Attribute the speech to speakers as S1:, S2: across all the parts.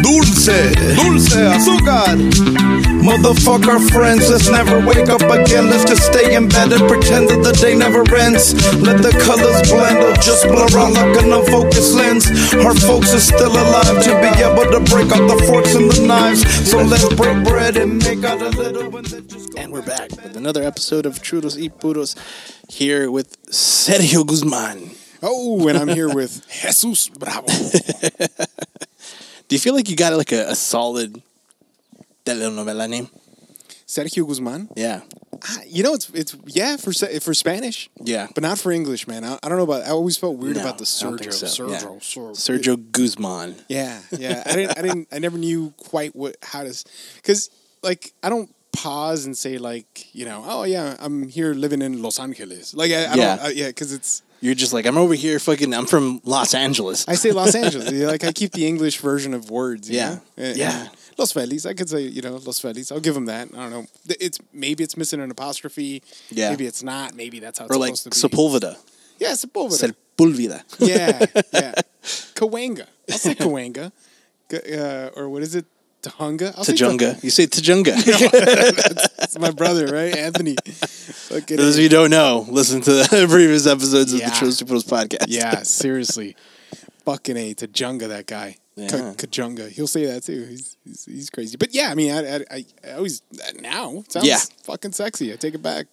S1: leche, dulce, azúcar. Motherfucker friends, let's never wake up again. Let's just stay in bed and pretend that the day never ends. Let the colors blend or just blur out like an unfocused lens. Our folks are still alive to be able to break out the forks and the knives. So let's break bread and make out a little and then just go
S2: And we're back with another episode of Trudos y Puros here with Sergio Guzman.
S3: Oh, and I'm here with Jesus Bravo.
S2: Do you feel like you got like a, a solid telenovela name?
S3: Sergio Guzman.
S2: Yeah.
S3: Ah, You know, it's it's yeah for Se- for Spanish,
S2: Yeah.
S3: but not for English, man. I, I don't know about. I always felt weird
S2: No,
S3: about the
S2: I don't think
S3: Sergio,
S2: so, yeah.
S3: Sergio, Sergio,
S2: Sergio Guzman.
S3: Yeah, yeah. I didn't. I didn't. I never knew quite what how to, because like I don't pause and say like you know oh yeah I'm here living in Los Angeles like I, I
S2: Yeah.
S3: don't uh, yeah because it's
S2: You're just like, I'm over here fucking, I'm from Los Angeles.
S3: I say Los Angeles yeah, like I keep the English version of words you
S2: Yeah.
S3: know? Uh,
S2: Yeah.
S3: Los Feliz I could say you know Los Feliz I'll give them that I don't know Th- it's maybe it's missing an apostrophe
S2: Yeah.
S3: maybe it's not maybe that's how it's
S2: or like
S3: supposed to be
S2: Sepulveda.
S3: yeah Sepulveda
S2: Sepulveda.
S3: yeah yeah Kawanga I'll say Kawanga K- uh, or what is it Tahunga I'll say Tahunga.
S2: Tajunga. You say Tajunga.
S3: It's my brother, right? Anthony. Fucking
S2: Those of you who don't know, listen to the previous episodes of
S3: Yeah.
S2: the Trudos y Puros podcast.
S3: yeah, seriously. Fucking A to Junga, that guy. K-
S2: Yeah.
S3: Kajunga. He'll say that too. He's, he's, he's crazy. But yeah, I mean, I, I, I, I always, uh, now, it sounds
S2: Yeah.
S3: fucking sexy. I take it back.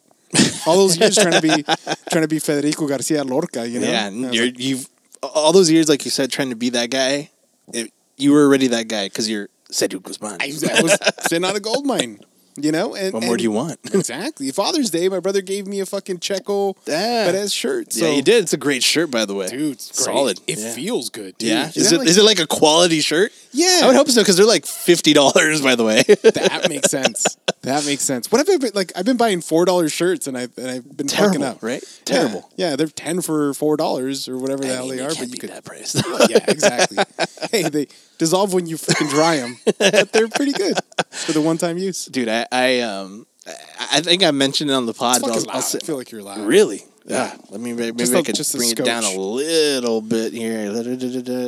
S3: All those years trying to be trying to be Federico Garcia Lorca, you know?
S2: Yeah,
S3: I was
S2: and you're,
S3: like,
S2: you've all those years, like you said, trying to be that guy. It, you were already that guy because you're Sergio Guzman.
S3: I was- I was sitting on a gold mine, you know? And,
S2: what more
S3: and-
S2: do you want?
S3: Exactly. Father's Day, my brother gave me a fucking Checo
S2: Yeah.
S3: Perez shirt. So
S2: yeah, you did. It's a great shirt, by the way,
S3: Dude, it's great.
S2: Solid.
S3: It
S2: yeah.
S3: feels good, dude.
S2: yeah. Is
S3: that
S2: it
S3: like-
S2: is it like a quality shirt?
S3: Yeah.
S2: I would hope so because they're like fifty dollars. By the way,
S3: that makes sense. That makes sense. What have I been like? I've been buying four dollar shirts and I've and I've been fucking
S2: Terrible,
S3: up.
S2: right?
S3: Yeah.
S2: Terrible.
S3: Yeah, they're ten for four dollars or whatever the
S2: I
S3: hell
S2: mean,
S3: they
S2: you
S3: are.
S2: can't
S3: But you
S2: beat
S3: could.
S2: that price.
S3: yeah, exactly. hey, they dissolve when you freaking dry them, but they're pretty good for the one time use.
S2: dude. I, I um, I, I think I mentioned it on the pod.
S3: It's
S2: but
S3: fucking
S2: I'll,
S3: loud.
S2: I'll say-
S3: I feel like you're loud.
S2: Really? Yeah. Let me maybe
S3: Just
S2: I
S3: a-
S2: could
S3: just a
S2: bring it down a
S3: scotch.
S2: little bit here. Does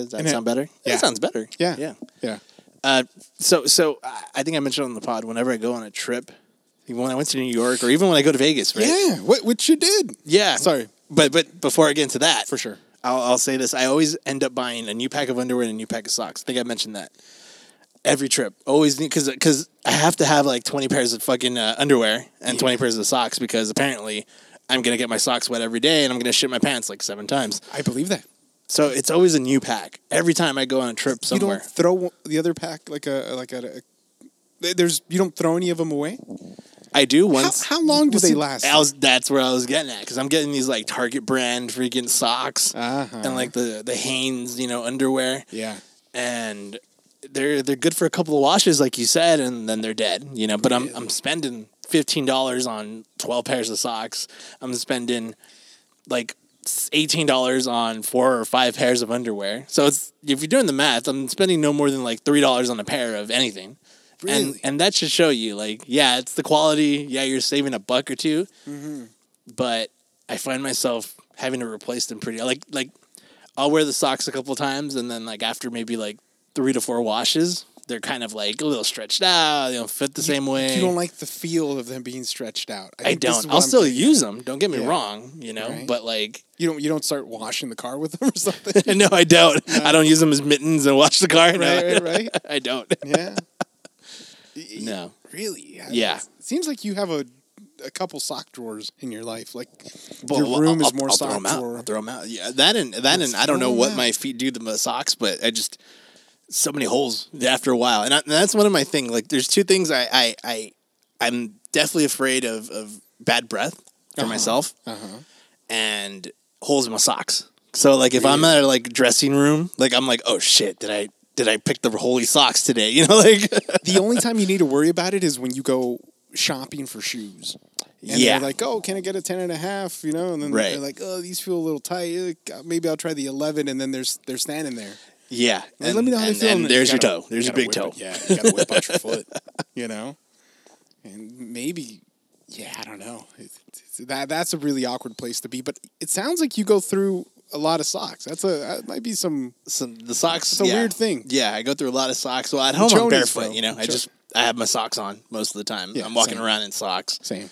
S2: that
S3: And it-
S2: sound better?
S3: yeah.
S2: That sounds better.
S3: Yeah.
S2: Yeah.
S3: Yeah.
S2: Uh, so so I I think I mentioned on the pod whenever I go on a trip, even when I went to New York or even when I go to Vegas, right?
S3: Yeah. What which you did?
S2: Yeah.
S3: Sorry.
S2: But but before I get into that,
S3: For sure.
S2: I'll, I'll say this: I always end up buying a new pack of underwear and a new pack of socks. I think I mentioned that every trip. Always because because I have to have like twenty pairs of fucking uh, underwear and twenty pairs of socks because apparently I'm gonna get my socks wet every day and I'm gonna shit my pants like seven times.
S3: I believe that.
S2: So it's always a new pack every time I go on a trip
S3: You
S2: somewhere.
S3: don't throw the other pack like a like a. a there's you don't throw any of them away.
S2: I do
S3: How,
S2: once.
S3: how long do
S2: Well,
S3: they
S2: see,
S3: last?
S2: I was, that's where I was getting at because I'm getting these like Target brand freaking socks
S3: Uh-huh.
S2: and like the the Hanes you know underwear
S3: yeah.
S2: and they're they're good for a couple of washes like you said and then they're dead you know but I'm I'm spending fifteen dollars on twelve pairs of socks I'm spending like eighteen dollars on four or five pairs of underwear so it's if you're doing the math I'm spending no more than like three dollars on a pair of anything. And,
S3: Really?
S2: and that should show you, like, yeah, it's the quality. Yeah, you're saving a buck or 2
S3: Mm-hmm.
S2: but I find myself having to replace them pretty like like I'll wear the socks a couple times and then like after maybe like three to four washes, they're kind of like a little stretched out. They don't fit the same way.
S3: You don't like the feel of them being stretched out.
S2: I
S3: think this is
S2: don't.
S3: what
S2: I'll
S3: I'm
S2: still
S3: getting at.
S2: use them. Don't get me
S3: Yeah.
S2: wrong, you know.
S3: Right.
S2: But like,
S3: You don't. You don't start washing the car with them or something.
S2: no, I don't. I don't use them as mittens and wash the car.
S3: right.
S2: No,
S3: Right. Right.
S2: I don't.
S3: Yeah. Y- y-
S2: No.
S3: Really.
S2: Yeah.
S3: It seems like you have a a couple sock drawers in your life. Like
S2: Well,
S3: your room
S2: I'll-
S3: is more
S2: I'll throw
S3: sock
S2: 'em out.
S3: drawer.
S2: I'll throw 'em out. Yeah, that and that and I don't know
S3: throw 'em
S2: what
S3: out.
S2: my feet do to my socks, but I just so many holes after a while, and, I, and that's one of my thing. Like, there's two things I I I I'm definitely afraid of of bad breath
S3: Uh-huh.
S2: for myself and holes in my socks. So like if I'm at a like dressing room, like I'm like, oh shit, did I did I pick the holy socks today? You know, like
S3: the only time you need to worry about it is when you go shopping for shoes. And
S2: Yeah.
S3: they're like, oh, can I get a 10 and a half? You know, and then
S2: Right.
S3: they're like, oh, these feel a little tight. Uh, Maybe I'll try the 11. And then there's they're standing there.
S2: yeah.
S3: Like,
S2: And,
S3: let me know how
S2: and,
S3: they feel.
S2: and
S3: then
S2: there's
S3: you
S2: your
S3: gotta-
S2: toe. There's
S3: you
S2: your big
S3: gotta
S2: toe.
S3: whip it. Yeah, you gotta whip out your foot. You know, and maybe, yeah, I don't know. It's- it's- that that's a really awkward place to be. But it sounds like you go through a lot of socks. That's a that might be some.
S2: some the socks.
S3: It's a weird thing.
S2: Yeah, I go through a lot of socks. Well, at home I'm
S3: chonies,
S2: barefoot.
S3: bro.
S2: You know, I
S3: Sure.
S2: just I have my socks on most of the time.
S3: Yeah,
S2: I'm walking
S3: same.
S2: around in socks.
S3: Same.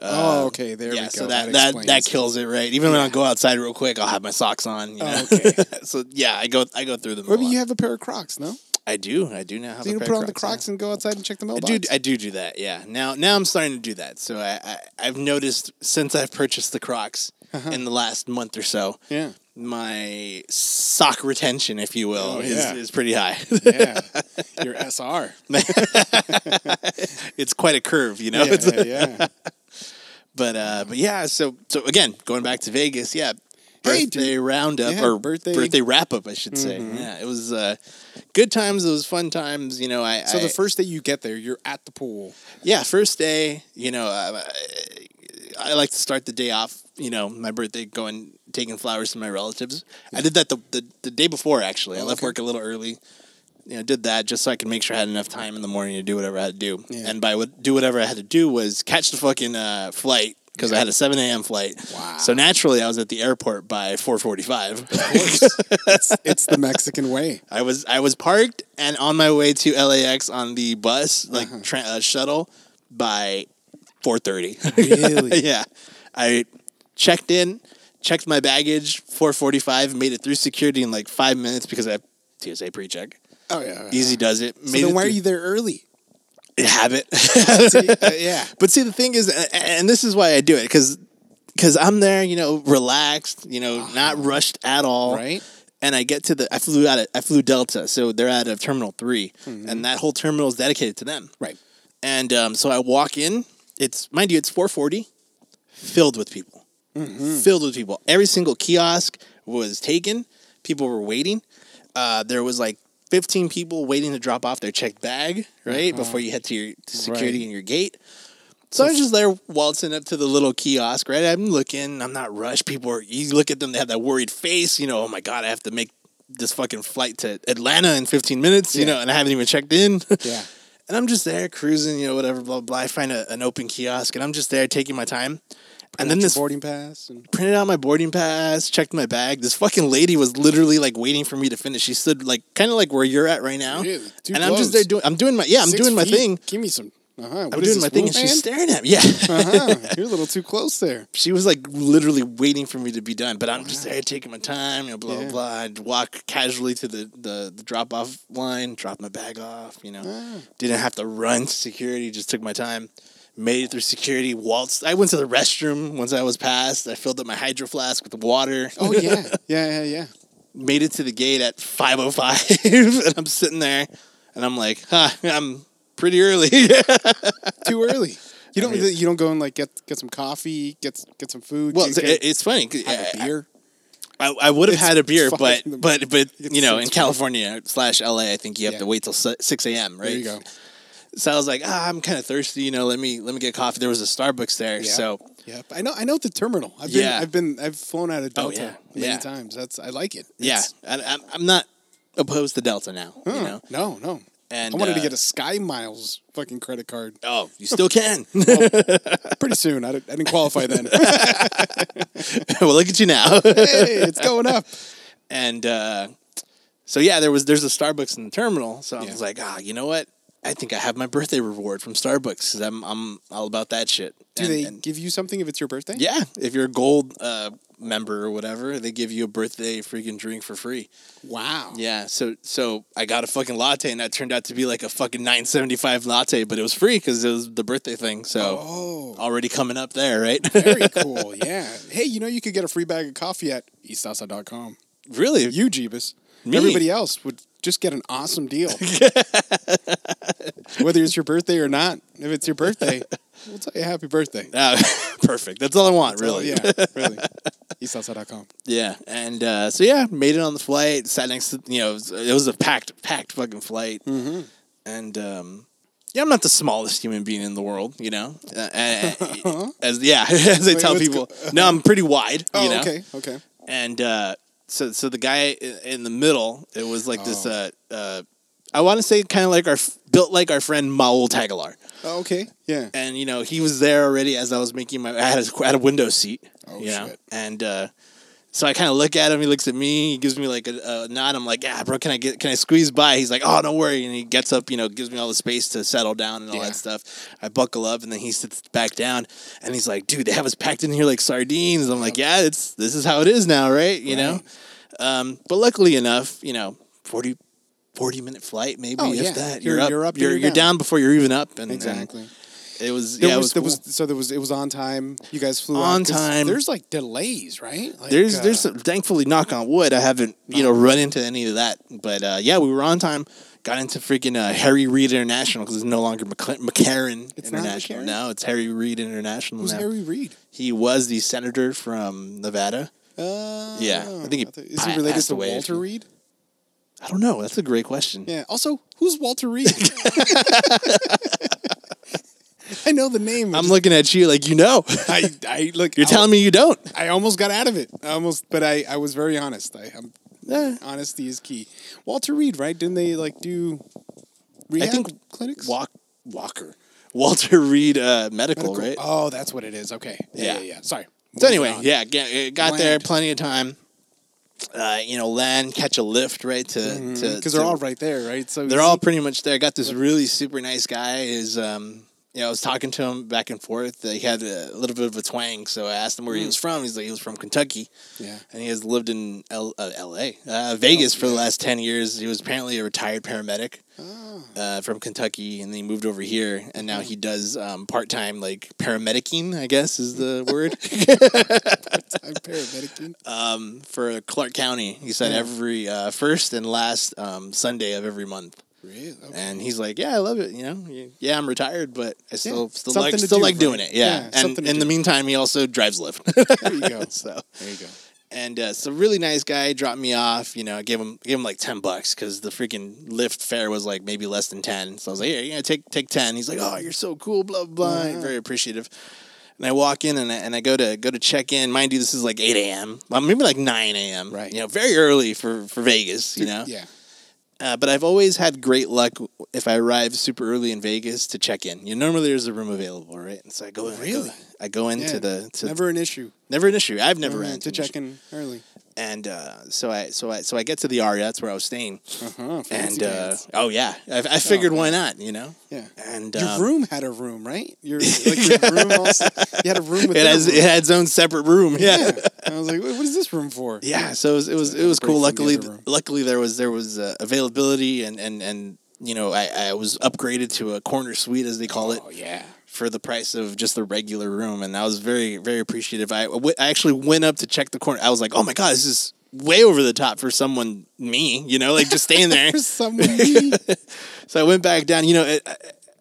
S3: oh, okay. There we
S2: Um, yeah,
S3: go.
S2: so that that that,
S3: explains.
S2: kills it, right? Even when I go outside real quick, I'll have my socks on. You know?
S3: Oh, okay.
S2: so yeah, I go I go through them. a
S3: Maybe
S2: lot.
S3: you have a pair of Crocs, no?
S2: I do. I do now have.
S3: So you
S2: a
S3: can
S2: pair
S3: put
S2: of
S3: on the Crocs
S2: yeah.
S3: and go outside and check the
S2: I
S3: mailbox.
S2: do. I do do that. Yeah. Now, now I'm starting to do that. So I, I I've noticed since I've purchased the Crocs
S3: Uh-huh.
S2: in the last month or so,
S3: yeah,
S2: my sock retention, if you will,
S3: Oh,
S2: is,
S3: yeah.
S2: is pretty high.
S3: yeah. Your SR.
S2: it's quite a curve, you know.
S3: Yeah,
S2: It's-
S3: yeah, yeah.
S2: But uh, but yeah. So so again, going back to Vegas, yeah.
S3: Hey, dude.
S2: Birthday roundup
S3: Yeah,
S2: or
S3: birthday- Mm-hmm.
S2: birthday wrap up, I should say. Yeah, it was uh, good times. It was fun times. You know, I
S3: So
S2: I-
S3: the first day you get there, you're at the pool.
S2: yeah, first day, you know, uh, I like to start the day off, you know, my birthday going, taking flowers to my relatives. I did that the, the, the day before, actually. I left
S3: Oh, okay.
S2: work a little early. You know, did that just so I could make sure I had enough time in the morning to do whatever I had to do.
S3: Yeah.
S2: And by what, do whatever I had to do was catch the fucking uh, flight because I had a 7 a.m. flight.
S3: Wow.
S2: So naturally, I was at the airport by 445.
S3: it's, it's the Mexican way.
S2: I was I was parked and on my way to LAX on the bus like
S3: Uh-huh.
S2: tra- uh, shuttle by 4:30.
S3: Really?
S2: yeah. I checked in, checked my baggage 4:45, made it through security in like 5 minutes because I have TSA pre-check.
S3: Oh yeah.
S2: Easy does it.
S3: So then why are you there early?
S2: you habit?
S3: Uh, yeah.
S2: But see, the thing is, a- and this is why I do it because because I'm there, you know, relaxed, you know, not rushed at all,
S3: Uh-huh. Right.
S2: And I get to the I flew out of I flew Delta, so they're out of Terminal 3 and that whole terminal is dedicated to them.
S3: Right.
S2: And um, so I walk in. It's mind you, it's 4:40, filled with people,
S3: Mm-hmm.
S2: filled with people. Every single kiosk was taken. People were waiting. Uh, there was like 15 people waiting to drop off their checked bag, right before you head to your to security
S3: Uh-huh. Right.
S2: and your gate. So I was just there waltzing up to the little kiosk, right? I'm looking, I'm not rushed. People are, you look at them, they have that worried face, you know, oh my God, I have to make this fucking flight to Atlanta in 15 minutes, you
S3: Yeah.
S2: know, and I haven't even checked in.
S3: Yeah.
S2: And I'm just there cruising, you know, whatever, blah, blah. I find a, an open kiosk and I'm just there taking my time. And then
S3: Got your
S2: this
S3: boarding pass. And,
S2: printed out my boarding pass, checked my bag. This fucking lady was literally like waiting for me to finish. She stood like kind of like where you're at right now.
S3: Really? Too
S2: and I'm just
S3: close.
S2: there doing, I'm doing my, yeah, I'm
S3: Six
S2: doing my
S3: feet.
S2: thing.
S3: Give me some. Uh-huh.
S2: I'm doing my thing and she's staring at me. Yeah.
S3: uh-huh. You're a little too close there.
S2: she was like literally waiting for me to be done, but I'm just there taking my time, you know, blah blah
S3: Yeah.
S2: blah. I'd walk casually to the, the, the drop off line, drop my bag off, you know.
S3: Ah.
S2: Didn't have to run to security, just took my time, made it through security, waltzed. I went to the restroom once I was passed. I filled up my hydro flask with water.
S3: Oh yeah. Yeah, yeah, yeah.
S2: made it to the gate at five oh five and I'm sitting there and I'm like, huh, I'm pretty early.
S3: Too early. You don't
S2: I mean-
S3: you don't go and like get get some coffee, get get some food,
S2: well, it's,
S3: get, get-
S2: it's funny. 'cause
S3: have
S2: I-
S3: a beer.
S2: I, I would have
S3: It's
S2: had a beer,
S3: five
S2: but
S3: in the
S2: but but you know, in
S3: six o'clock.
S2: California slash LA, I think you have
S3: Yeah.
S2: to wait till si- six a.m. Right?
S3: There you go.
S2: So I was like, ah, I'm kind of thirsty. You know, let me let me get coffee. There was a Starbucks there,
S3: Yeah.
S2: so
S3: Yep. I know I know the terminal. I've
S2: Yeah.
S3: been I've been I've flown out of
S2: Oh,
S3: Delta
S2: yeah.
S3: many
S2: Yeah.
S3: times. That's I like it.
S2: yeah,
S3: It's-
S2: I, I'm I'm not opposed to Delta now. You
S3: huh,
S2: know,
S3: No, no.
S2: And,
S3: I wanted to
S2: uh,
S3: get a Sky Miles fucking credit card
S2: oh, you still can.
S3: pretty soon. I didn't, I didn't qualify then.
S2: well, look at you now.
S3: hey, it's going up.
S2: and uh, so yeah, there was there's a Starbucks in the terminal. So I
S3: Yeah.
S2: was like, ah, you know what? I think I have my birthday reward from Starbucks 'cause I'm I'm all about that shit.
S3: Do
S2: And-
S3: they
S2: and-
S3: give you something if it's your birthday?
S2: Yeah, if you're a gold uh, member or whatever, they give you a birthday freaking drink for free.
S3: Wow.
S2: Yeah, so so I got a fucking latte, and that turned out to be like a fucking nine seventy five latte, but it was free because it was the birthday thing. So
S3: Oh,
S2: already coming up there, right?
S3: very cool. Yeah. Hey, you know you could get a free bag of coffee at eastasa.com.
S2: really,
S3: You, Jeebus.
S2: Me?
S3: Everybody else would just get an awesome deal. Whether it's your birthday or not, if it's your birthday, we'll tell you happy birthday.
S2: Ah, perfect. That's all I want, really.
S3: Oh, yeah, really. eastasa.com.
S2: Yeah, and uh, so yeah, made it on the flight. Sat next to you know, it was, it was a packed, packed fucking flight. Mm-hmm. And um, yeah, I'm not the smallest human being in the world, you know. Uh, uh, as yeah, as I
S3: Uh-huh. Wait,
S2: tell
S3: what's uh-huh.
S2: people, no, I'm pretty wide,
S3: Oh,
S2: you know.
S3: okay, okay.
S2: And uh, so, so the guy i- in the middle, it was like this.
S3: Oh.
S2: Uh, uh, I want to say kind of like our f- built like our friend Maul Tagalar,
S3: Oh, okay, yeah.
S2: and you know he was there already as I was making my. I had a, I had a window seat,
S3: Oh,
S2: you know,
S3: shit.
S2: and. Uh, So I kind of look at him. He looks at me. He gives me like a, a nod. I'm like, ah, bro, can I get? Can I squeeze by? He's like, oh, don't worry. And he gets up. You know, gives me all the space to settle down and all
S3: Yeah.
S2: that stuff. I buckle up, and then he sits back down. And he's like, dude, they have us packed in here like sardines. I'm like, yeah, it's this is how it is now, right? You know. Um, but luckily enough, you know, 40, 40 minute flight maybe
S3: Oh,
S2: if
S3: yeah.
S2: that
S3: You're-
S2: you're, up,
S3: you're up and
S2: you're,
S3: you're
S2: you're down. before you're even up and
S3: Exactly.
S2: and it was
S3: There
S2: yeah
S3: was,
S2: it
S3: there
S2: was, cool.
S3: was so there was it was on time. You guys flew out,
S2: On
S3: 'cause
S2: time.
S3: There's like delays, right? Like,
S2: there's
S3: uh, Uh-huh.
S2: there's some, thankfully knock on wood I haven't you know run into any of that but uh, yeah we were on time got into freaking uh, Harry Reid International because it's no longer McCl- McCarran
S3: It's not
S2: International
S3: McCarran?
S2: now it's Harry Reid International
S3: who's
S2: now.
S3: Harry Reid?
S2: he was the senator from Nevada
S3: Uh,
S2: Yeah, I think he
S3: thought- is he
S2: pa-
S3: related
S2: passed
S3: to
S2: away or
S3: Walter
S2: something.
S3: Reed?
S2: I don't know that's a great question
S3: Yeah. Also, who's Walter Reed? I know the name.
S2: I'm looking at you like you know
S3: I, I look.
S2: you're
S3: I-
S2: telling me you don't
S3: I almost got out of it. I almost, but I, I was very honest. I, I'm,
S2: Eh.
S3: honesty is key. Walter Reed, right? Didn't they like do rehab
S2: think
S3: clinics?
S2: Walk Walker Walter Reed uh, medical,
S3: Medical-
S2: right
S3: Oh, that's what it is. Okay. Yeah. Yeah.
S2: Yeah.
S3: yeah, Sorry.
S2: So
S3: Moving
S2: anyway,
S3: on.
S2: yeah, get, got there,
S3: Land.
S2: plenty of time. Uh, you know, land, catch a lift, right? To to
S3: because Mm-hmm. Mm, they're
S2: to-
S3: all right there, right? So
S2: they're all pretty much there. I got this really super nice guy. Is um, you know, I was talking to him back and forth. Uh, He had a little bit of a twang, so I asked him
S3: Mm.
S2: where he was from. He's like, he was from Kentucky,
S3: yeah.
S2: and he has lived in L- uh, L.A., uh, Vegas for the last ten years. He was apparently a retired paramedic
S3: Ah.
S2: uh, from Kentucky, and then he moved over here, and
S3: Mm.
S2: now he does um, part time like paramedicing. I guess is the word.
S3: I'm paramedicing.
S2: um, for Clark County. He said
S3: Yeah.
S2: every uh, first and last um, Sunday of every month.
S3: Really? Okay.
S2: And he's like, "Yeah, I love it. You know, yeah, I'm retired, but I still still
S3: something
S2: like
S3: to
S2: still
S3: do,
S2: like doing
S3: right?
S2: it. Yeah.
S3: Yeah,
S2: and
S3: something to
S2: in the
S3: do.
S2: meantime, he also drives Lyft.
S3: there you go.
S2: so
S3: There you go.
S2: and uh, so really nice guy dropped me off. You know, I gave him gave him like ten bucks because the freaking Lyft fare was like maybe less than ten. So I was like, "Here, you know, take take ten. He's like, "Oh, you're so cool." Blah blah. blah. Very appreciative. And I walk in and I, and I go to go to check in. Mind you, this is like eight a.m. Well, maybe like nine a.m.
S3: Right.
S2: You know, very early for for Vegas. You know.
S3: Yeah.
S2: Uh, but I've always had great luck if I arrive super early in Vegas to check in. You know, normally there's a room available, right? And so I go. I go-
S3: Really?
S2: I go into
S3: yeah.
S2: the to, never
S3: never an issue.
S2: an issue. I've never ran
S3: Never
S2: into
S3: to
S2: an issue
S3: check in early.
S2: and uh, so I so I so I get to the Aria. That's where I was staying.
S3: Uh-huh,
S2: And
S3: fancy
S2: uh,
S3: pants.
S2: oh yeah, I, I figured why not? You know.
S3: yeah.
S2: And
S3: Your
S2: um,
S3: room had a room, right? Your like your room also, you had a room with
S2: it has it had its own separate room. Yeah.
S3: yeah.
S2: yeah.
S3: And I was like, "Wait, what is this room for?
S2: so it was it was, it was
S3: Break
S2: cool.
S3: from the
S2: Luckily,
S3: other room.
S2: luckily there was there was uh, availability and and and you know I, I was upgraded to a corner suite as they call it
S3: Oh yeah.
S2: for the price of just the regular room, and I was very very appreciative. I w- I actually went up to check the corner. I was like, oh my god, this is way over the top for someone me. You know, like just staying there.
S3: There's somebody.
S2: So I went back down. You know, it, I-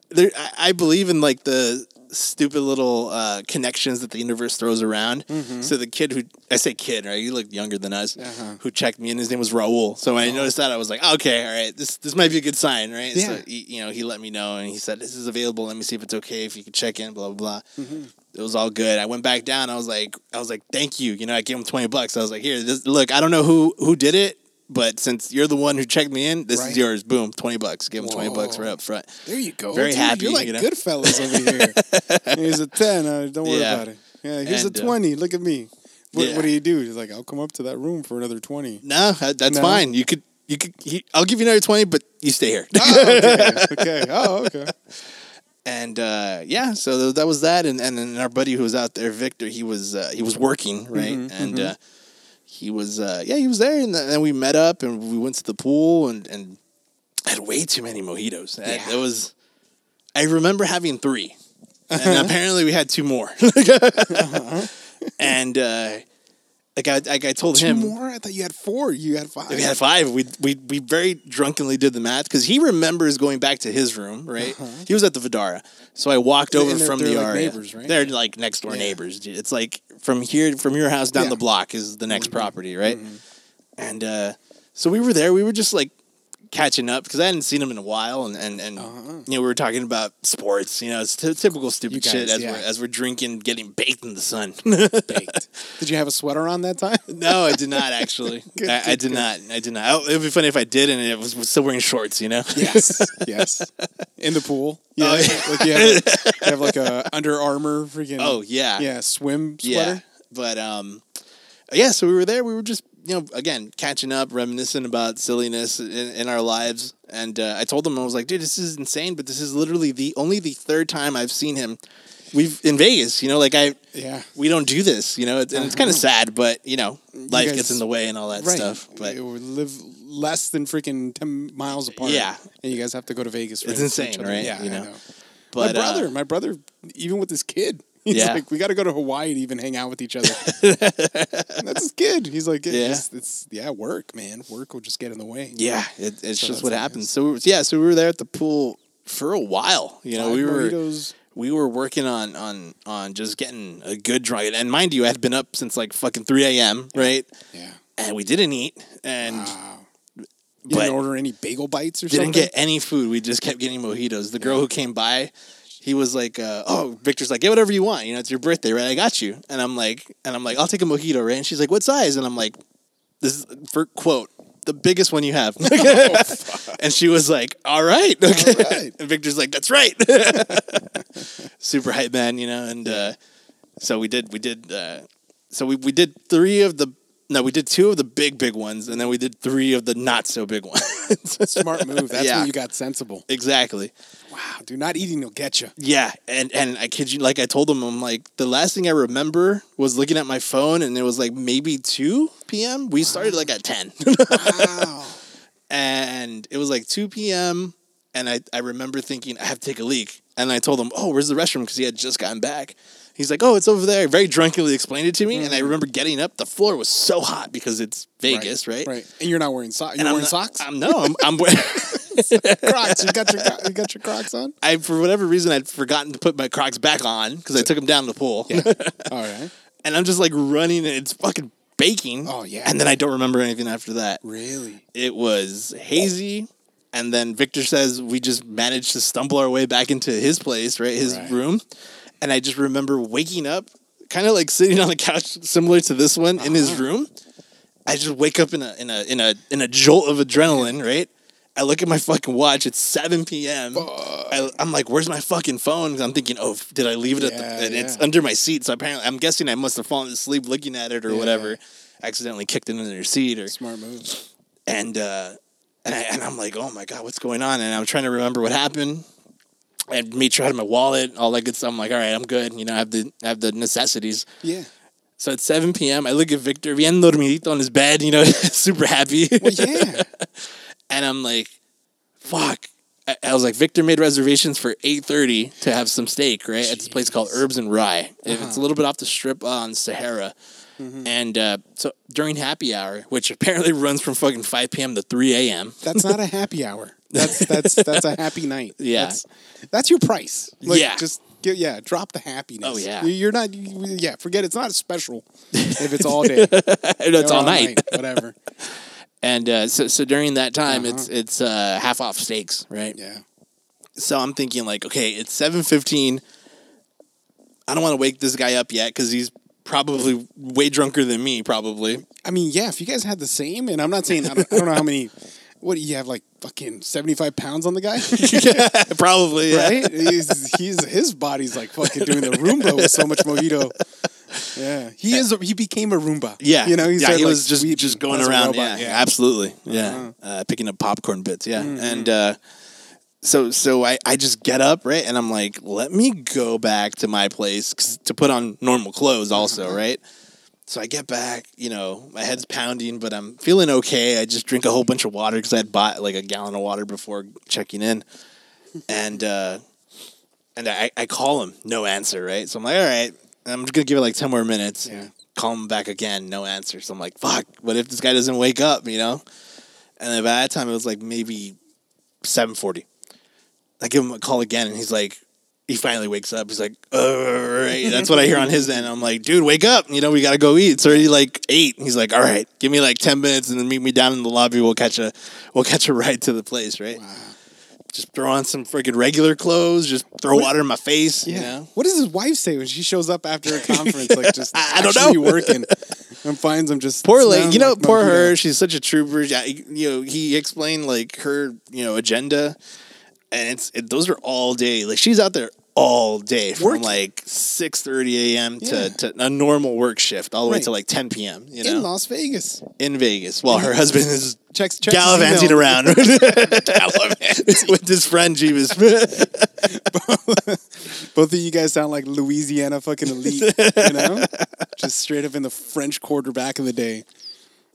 S2: there, I, I believe in like the stupid little uh, connections that the universe throws around. So the kid who I say kid, right? You look younger than us.
S3: Mm-hmm. Uh-huh. Oh.
S2: Who checked me in? His name was Raul. So when I noticed that, I was like, okay, all right, this this might be a good sign, right?
S3: Yeah.
S2: So he, you know, he let me know and he said, this is available. Let me see if it's okay. If you could check in, blah blah blah.
S3: Mm-hmm.
S2: It was all good. I went back down. I was like, I was like, thank you. You know, I gave him twenty bucks. I was like, here, this, look, I don't know who who did it. But since you're the one who checked me in, this
S3: Right.
S2: is yours. Boom, twenty bucks. Give him twenty bucks
S3: Whoa.
S2: for up front.
S3: there you go.
S2: Very
S3: dude.
S2: happy,
S3: You're like
S2: you know?
S3: good fellas over here. here's a ten. Uh, don't worry
S2: Yeah.
S3: about it. Yeah. Here's
S2: And,
S3: a
S2: uh,
S3: twenty. Look at me. What,
S2: yeah.
S3: what do you do? He's like, I'll come up to that room for another twenty.
S2: No, that- that's
S3: No?
S2: fine. You could, you could. He, I'll give you another twenty, but you stay here.
S3: Ah. okay. okay. Oh, okay.
S2: and uh, yeah, so th- that was that. And and then our buddy who was out there, Victor, he was uh, he was working
S3: Mm-hmm,
S2: right, and Uh, he was uh, yeah, he was there. And then we met up, and we went to the pool, and and I had way too many mojitos. I-
S3: Yeah.
S2: It was. I remember having three,
S3: Uh-huh.
S2: and apparently we had two more. And uh, like I like I told
S3: Two
S2: him.
S3: more? I thought you had four. You had five.
S2: We had five. We we we very drunkenly did the math because he remembers going back to his room. Right, he was at the Vidara, so I walked
S3: And
S2: over
S3: Uh-huh. they're-
S2: from
S3: they're
S2: the
S3: like
S2: Aria.
S3: neighbors, right?
S2: They're like next door
S3: Yeah.
S2: neighbors. dude. It's like from here from your house down
S3: Yeah. Mm-hmm.
S2: the block is the next property, right? And uh, so we were there. We were just like catching up because I hadn't seen him in a while, and and and
S3: Uh-huh.
S2: you know we were talking about sports. You know, it's t- typical stupid
S3: guys,
S2: shit as
S3: yeah.
S2: we're as we're drinking, getting baked in the sun.
S3: Baked. Did you have a sweater on that time?
S2: No, I did not actually.
S3: Good,
S2: I, I
S3: good,
S2: did
S3: good.
S2: not. I did not. Oh, It would be funny if I did, and it was was still wearing shorts. You know.
S3: Yes, yes. In the pool. Yeah.
S2: Oh, yeah.
S3: Like you have, you have like a Under Armour freaking.
S2: Oh yeah.
S3: Yeah, swim
S2: Yeah.
S3: sweater.
S2: But um, yeah, so we were there. We were just, you know, again, catching up, reminiscing about silliness in, in our lives. And uh, I told him, I was like, dude, this is insane, but this is literally the only the third time I've seen him. We've in Vegas, you know, like I,
S3: Yeah.
S2: we don't do this, you know, it's, and it's kind of sad, but you know, life
S3: guys-
S2: gets in the way and all that stuff. But
S3: we we live less than freaking ten miles apart.
S2: Yeah.
S3: and you guys have to go to Vegas. right,
S2: It's
S3: for
S2: insane,
S3: each other.
S2: right?
S3: Yeah,
S2: You
S3: I
S2: know?
S3: know.
S2: but
S3: my
S2: uh,
S3: brother, my brother, even with his kid, he's
S2: Yeah.
S3: like, we got to go to Hawaii to even hang out with each other. And that's his kid. He's like,
S2: Yeah.
S3: yeah, it's, it's yeah, work, man. Work will just get in the way.
S2: Yeah, it, it's
S3: So
S2: just
S3: that's
S2: what
S3: what it
S2: happens. So we- yeah, so we were there at the pool for a while. You know,
S3: Five
S2: we were
S3: mojitos.
S2: we were working on on on just getting a good drunk. And mind you, I had been up since like fucking three a.m. Right,
S3: Yeah,
S2: and we didn't eat, and
S3: you
S2: But-
S3: didn't order any bagel bites or
S2: didn't
S3: something.
S2: get any food. We just kept getting mojitos. The girl who came by. He was like, uh, "Oh, Victor's like, get whatever you want. You know, it's your birthday, right? I got you." And I'm like, "And I'm like, I'll take a mojito, right?" And she's like, "What size?" And I'm like, "This is for quote the biggest one you have." and she was like, "All right, okay."
S3: Oh, right.
S2: And Victor's like, "That's right." Super hype man, you know. And uh, so we did, we did, uh, so we we did three of the no, we did two of the big big ones, and then we did three of the not so big ones.
S3: Smart move. That's
S2: Yeah.
S3: when you got sensible.
S2: exactly.
S3: Wow, dude, not eating will get you.
S2: Yeah, and and I kid you, like I told them, I'm like the last thing I remember was looking at my phone, and it was like maybe two p.m. We started like at ten,
S3: Wow.
S2: and it was like two p.m. And I I remember thinking I have to take a leak, and I told him, oh, where's the restroom? Because he had just gotten back. He's like, oh, it's over there. Very drunkenly explained it to me, and I remember getting up. The floor was so hot because it's Vegas, right?
S3: Right, and you're not wearing socks. You're
S2: And I'm
S3: wearing
S2: not-
S3: socks.
S2: I'm no, I'm. I'm wearing-
S3: Crocs. You got your you got your Crocs on.
S2: I for whatever reason I'd forgotten to put my Crocs back on because I took them down to the pool.
S3: All right.
S2: and I'm just like running and it's fucking baking.
S3: Oh, yeah.
S2: And then I don't remember anything after that.
S3: Really?
S2: It was hazy. And then Victor says we just managed to stumble our way back into his place, right? His
S3: Right.
S2: room. And I just remember waking up, kind of like sitting on a couch similar to this one in
S3: Uh-huh.
S2: his room. I just wake up in a in a in a in a jolt of adrenaline, right? I look at my fucking watch. It's seven p.m. I, I'm like, "Where's my fucking phone?" 'Cause I'm thinking, "Oh, f- did I leave it at
S3: Yeah,
S2: the?" And it's
S3: yeah.
S2: under my seat. So apparently, I'm guessing I must have fallen asleep looking at it or
S3: Yeah.
S2: whatever. Accidentally kicked it under your seat, or
S3: Smart move.
S2: and uh, and, I, and I'm like, "Oh my god, what's going on?" And I'm trying to remember what happened. And made sure I had my wallet, all that good stuff. I'm like, "All right, I'm good." You know, I have the I have the necessities.
S3: Yeah.
S2: So at 7 p.m., I look at Victor bien dormidito on his bed, you know, super happy.
S3: Well, yeah.
S2: and I'm like, fuck. I, I was like, Victor made reservations for 8.30 to have some steak, right? At this place called Herbs and Rye. If
S3: Uh-huh.
S2: It's a little bit off the strip on Sahara.
S3: Mm-hmm.
S2: And uh, so during happy hour, which apparently runs from fucking 5 p.m. to 3 a.m.
S3: That's not a happy hour. That's that's that's a happy night.
S2: Yeah.
S3: That's, that's your price.
S2: Yeah.
S3: Just get, yeah, drop the happiness.
S2: Oh, yeah.
S3: You- You're not you- yeah, forget it's not special if it's all day.
S2: That's
S3: or
S2: all night.
S3: whatever.
S2: And uh, so, so during that time, it's it's uh, half off steaks, right?
S3: Yeah.
S2: so I'm thinking like, okay, it's seven fifteen. I don't want to wake this guy up yet because he's probably way drunker than me, probably.
S3: I mean, yeah, if you guys had the same and I'm not saying I don't, I don't know how many what do you have like fucking 75 pounds on the guy?
S2: probably, yeah.
S3: right? He's, he's his body's like fucking doing the Roomba with so much mojito. Yeah, he is. He became a Roomba.
S2: Yeah,
S3: you know, he's
S2: yeah,
S3: started,
S2: he
S3: like,
S2: was just
S3: sweeping
S2: just going
S3: as a
S2: around. Yeah,
S3: robot. Uh-huh.
S2: absolutely. Yeah, uh, picking up popcorn bits. Yeah,
S3: Mm-hmm.
S2: and uh, so so I I just get up right, and I'm like, let me go back to my place 'cause- to put on normal clothes,
S3: Uh-huh.
S2: also right. So I get back, you know, my head's pounding, but I'm feeling okay. I just drink a whole bunch of water because I had bought like a gallon of water before checking in, and uh, and I, I call him, no answer, right? So I'm like, all right, I'm just gonna give it like ten more minutes.
S3: Yeah.
S2: Call him back again, no answer. So I'm like, fuck, what if this guy doesn't wake up, you know? And then by that time it was like maybe seven forty. I give him a call again, and he's like, he finally wakes up. He's like, all right. That's what I hear on his end. I'm like, dude, wake up. You know, we got to go eat. It's already like eight. And he's like, all right, give me like 10 minutes and then meet me down in the lobby. We'll catch a, we'll catch a ride to the place. Right. Just throw on some freaking regular clothes. Just throw water in my face.
S3: Yeah.
S2: You know?
S3: What does his wife say when she shows up after a conference? Like, just
S2: I- I don't
S3: actually
S2: know.
S3: working and finds him just
S2: Poor lady,
S3: smelling
S2: you know,
S3: like
S2: poor
S3: mojito.
S2: her. She's such a trooper. Yeah, You know, he explained like her, you know, agenda, and it's it, those are all day. Like she's out there all day from
S3: Working.
S2: like six thirty a.m.
S3: Yeah.
S2: To, to a normal work shift all the way
S3: Right.
S2: to like ten p.m. You
S3: in
S2: know,
S3: Las Vegas.
S2: in, Vegas, while her husband is
S3: Checks, checks his
S2: gallivanting
S3: email.
S2: around with his friend Jeebus.
S3: Both of you guys sound like Louisiana fucking elite, you know? Just straight up in the French quarter back in the day,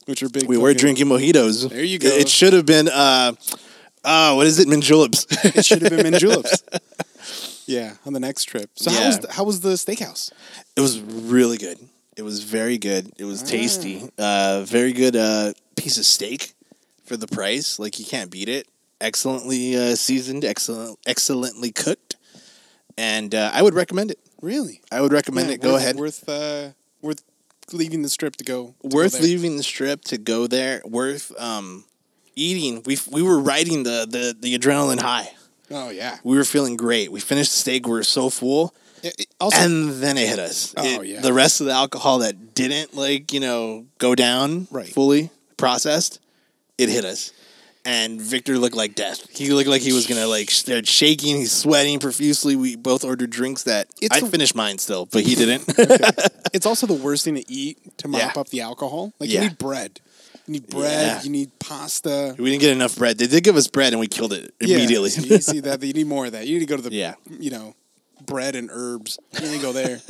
S3: which are big.
S2: we were
S3: fucking-
S2: drinking mojitos.
S3: There you go.
S2: It should have been. uh uh, what is it? Minjulips.
S3: It should have been mint juleps. Yeah, on the next trip. So how
S2: Yeah.
S3: was the, how was the steakhouse?
S2: It was really good. It was very good. It was tasty.
S3: Mm.
S2: Uh, very good uh, piece of steak for the price. Like you can't beat it. Excellently uh, seasoned. Excellent. Excellently cooked. And uh, I would recommend it.
S3: Really?
S2: I would recommend
S3: Yeah,
S2: it. Go
S3: worth,
S2: ahead. Worth,
S3: Worth uh, worth leaving the strip to go. to go there.
S2: leaving the strip to go there. Worth um, eating. We we were riding the, the the adrenaline high.
S3: Oh yeah.
S2: We were feeling great. We finished the steak. We were so full.
S3: Yeah, it- also,
S2: and then it hit us.
S3: Oh,
S2: It-
S3: yeah.
S2: The rest of the alcohol that didn't like you know go down
S3: Right.
S2: fully processed, it hit us. And Victor looked like death. He looked like he was gonna like start shaking. He's sweating profusely. We both ordered drinks that
S3: It's
S2: I
S3: a-
S2: finished mine still, but he didn't.
S3: it's also the worst thing to eat to mop
S2: Yeah.
S3: up the alcohol. Like
S2: Yeah.
S3: you need bread. You need bread.
S2: Yeah.
S3: You need pasta.
S2: we didn't get enough bread. They did give us bread, and we killed it
S3: Yeah,
S2: immediately.
S3: so you see that? but You need more of that. You need to go to the
S2: Yeah.
S3: you know bread and herbs. You need to go there.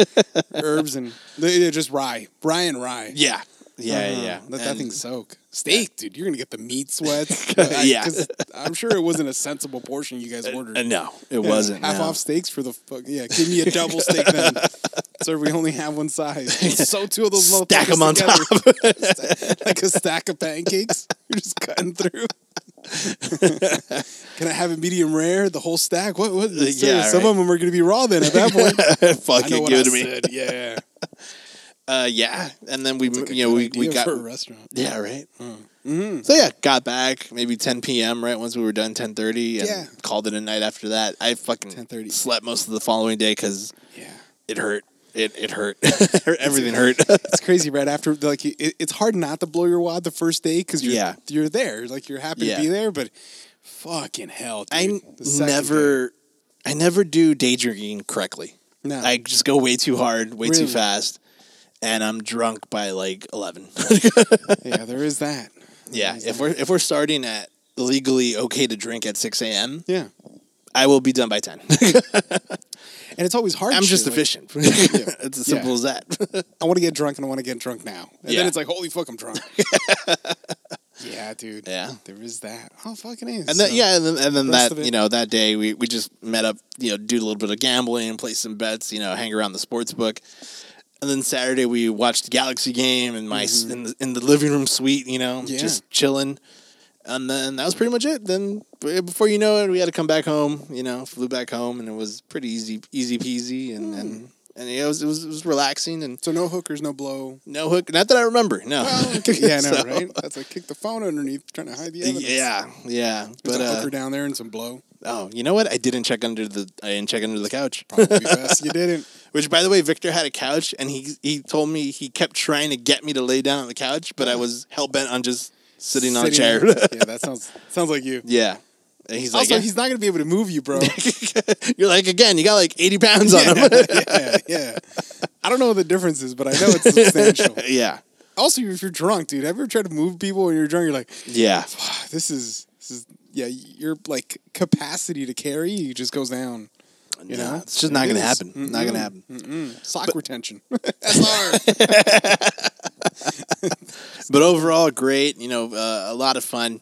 S3: herbs and they- they're just rye, rye and rye.
S2: yeah, yeah,
S3: Uh,
S2: yeah.
S3: Let that
S2: And-
S3: thing soak. Steak, dude. You're gonna get the meat sweats. Uh,
S2: Yeah.
S3: 'cause I'm sure it wasn't a sensible portion you guys ordered.
S2: uh, no, it
S3: Yeah,
S2: wasn't.
S3: half
S2: no.
S3: off steaks for the fuck. Yeah, give me a double steak then, sir. We only have one size. So two of those little
S2: Stack 'em on
S3: top like a stack of pancakes. You're just cutting through. Can I have a medium rare? The whole stack? What? What? sir,
S2: Uh, yeah,
S3: some
S2: right.
S3: of them are going to be raw then at that point.
S2: Fuck
S3: I
S2: it,
S3: know
S2: give
S3: what
S2: it
S3: I
S2: to me.
S3: said. Yeah,
S2: Uh, yeah, and then we, you know, we, we
S3: Idea
S2: got
S3: for a restaurant.
S2: Yeah, right. Hmm.
S3: Mm-hmm.
S2: So yeah, got back maybe 10 p.m. Right once we were done 10:30, and
S3: Yeah.
S2: called it a night after that. I fucking
S3: 10:30.
S2: slept most of the following day because
S3: Yeah,
S2: it hurt. It it hurt. Everything hurt.
S3: it's crazy. Right after, like, you- it, it's hard not to blow your wad the first day because you're
S2: Yeah.
S3: you're there. Like, you're happy
S2: Yeah.
S3: to be there, but fucking hell, dude.
S2: I
S3: The second day.
S2: never, I never do day drinking correctly.
S3: No.
S2: I just go way too hard, way too
S3: Really?
S2: fast, and I'm drunk by like 11.
S3: yeah, there is that.
S2: yeah, if we're if we're starting at legally okay to drink at 6 a.m.,
S3: Yeah.
S2: I will be done by 10.
S3: And it's always hard.
S2: I'm
S3: shit,
S2: just
S3: like,
S2: efficient. it's as
S3: Yeah.
S2: simple as that.
S3: I want to get drunk and I want to get drunk now. And
S2: Yeah.
S3: then it's like, holy fuck, I'm drunk. yeah, dude.
S2: Yeah.
S3: There is that. Oh, fucking is.
S2: And then
S3: So-
S2: yeah, and then, and then
S3: rest of
S2: that
S3: it-
S2: you know that day we, we just met up, you know, do a little bit of gambling, play some bets, you know, hang around the sports book. And then Saturday we watched the Galaxy game in my s in, the, in the living room suite, you know,
S3: Mm-hmm. Yeah.
S2: just chilling. And then that was pretty much it. Then b- before you know it, we had to come back home. You know, flew back home, and it was pretty easy, easy peasy,
S3: Hmm.
S2: and and, and it, was, it was it was relaxing and
S3: So no hookers, no blow.
S2: no hook. Not that I remember. No.
S3: yeah, I know,
S2: So-
S3: right? That's like kick the phone underneath, trying to hide the evidence.
S2: Yeah, yeah,
S3: There's
S2: but
S3: a
S2: uh,
S3: hooker down there and some blow.
S2: Oh, you know what? I didn't check under the I didn't check under the couch.
S3: Probably best you didn't.
S2: Which by the way, Victor had a couch and he he told me he kept trying to get me to lay down on the couch, but I was hell bent on just sitting, on a chair.
S3: yeah, that sounds sounds like you.
S2: yeah. And he's
S3: also,
S2: like
S3: he's not gonna be able to move you, bro.
S2: "Yeah." You're like again, you got like eighty pounds on him.
S3: yeah, yeah. I don't know what the difference is, but I know it's substantial.
S2: yeah.
S3: also, if you're drunk, dude, have you ever tried to move people when you're drunk? You're like,
S2: Yeah.
S3: this is this is yeah, your like capacity to carry just goes down. You
S2: Nah,
S3: know,
S2: it's just not gonna
S3: is.
S2: happen. Not gonna happen.
S3: Sock retention. SR.
S2: But overall, great. You know, uh, a lot of fun.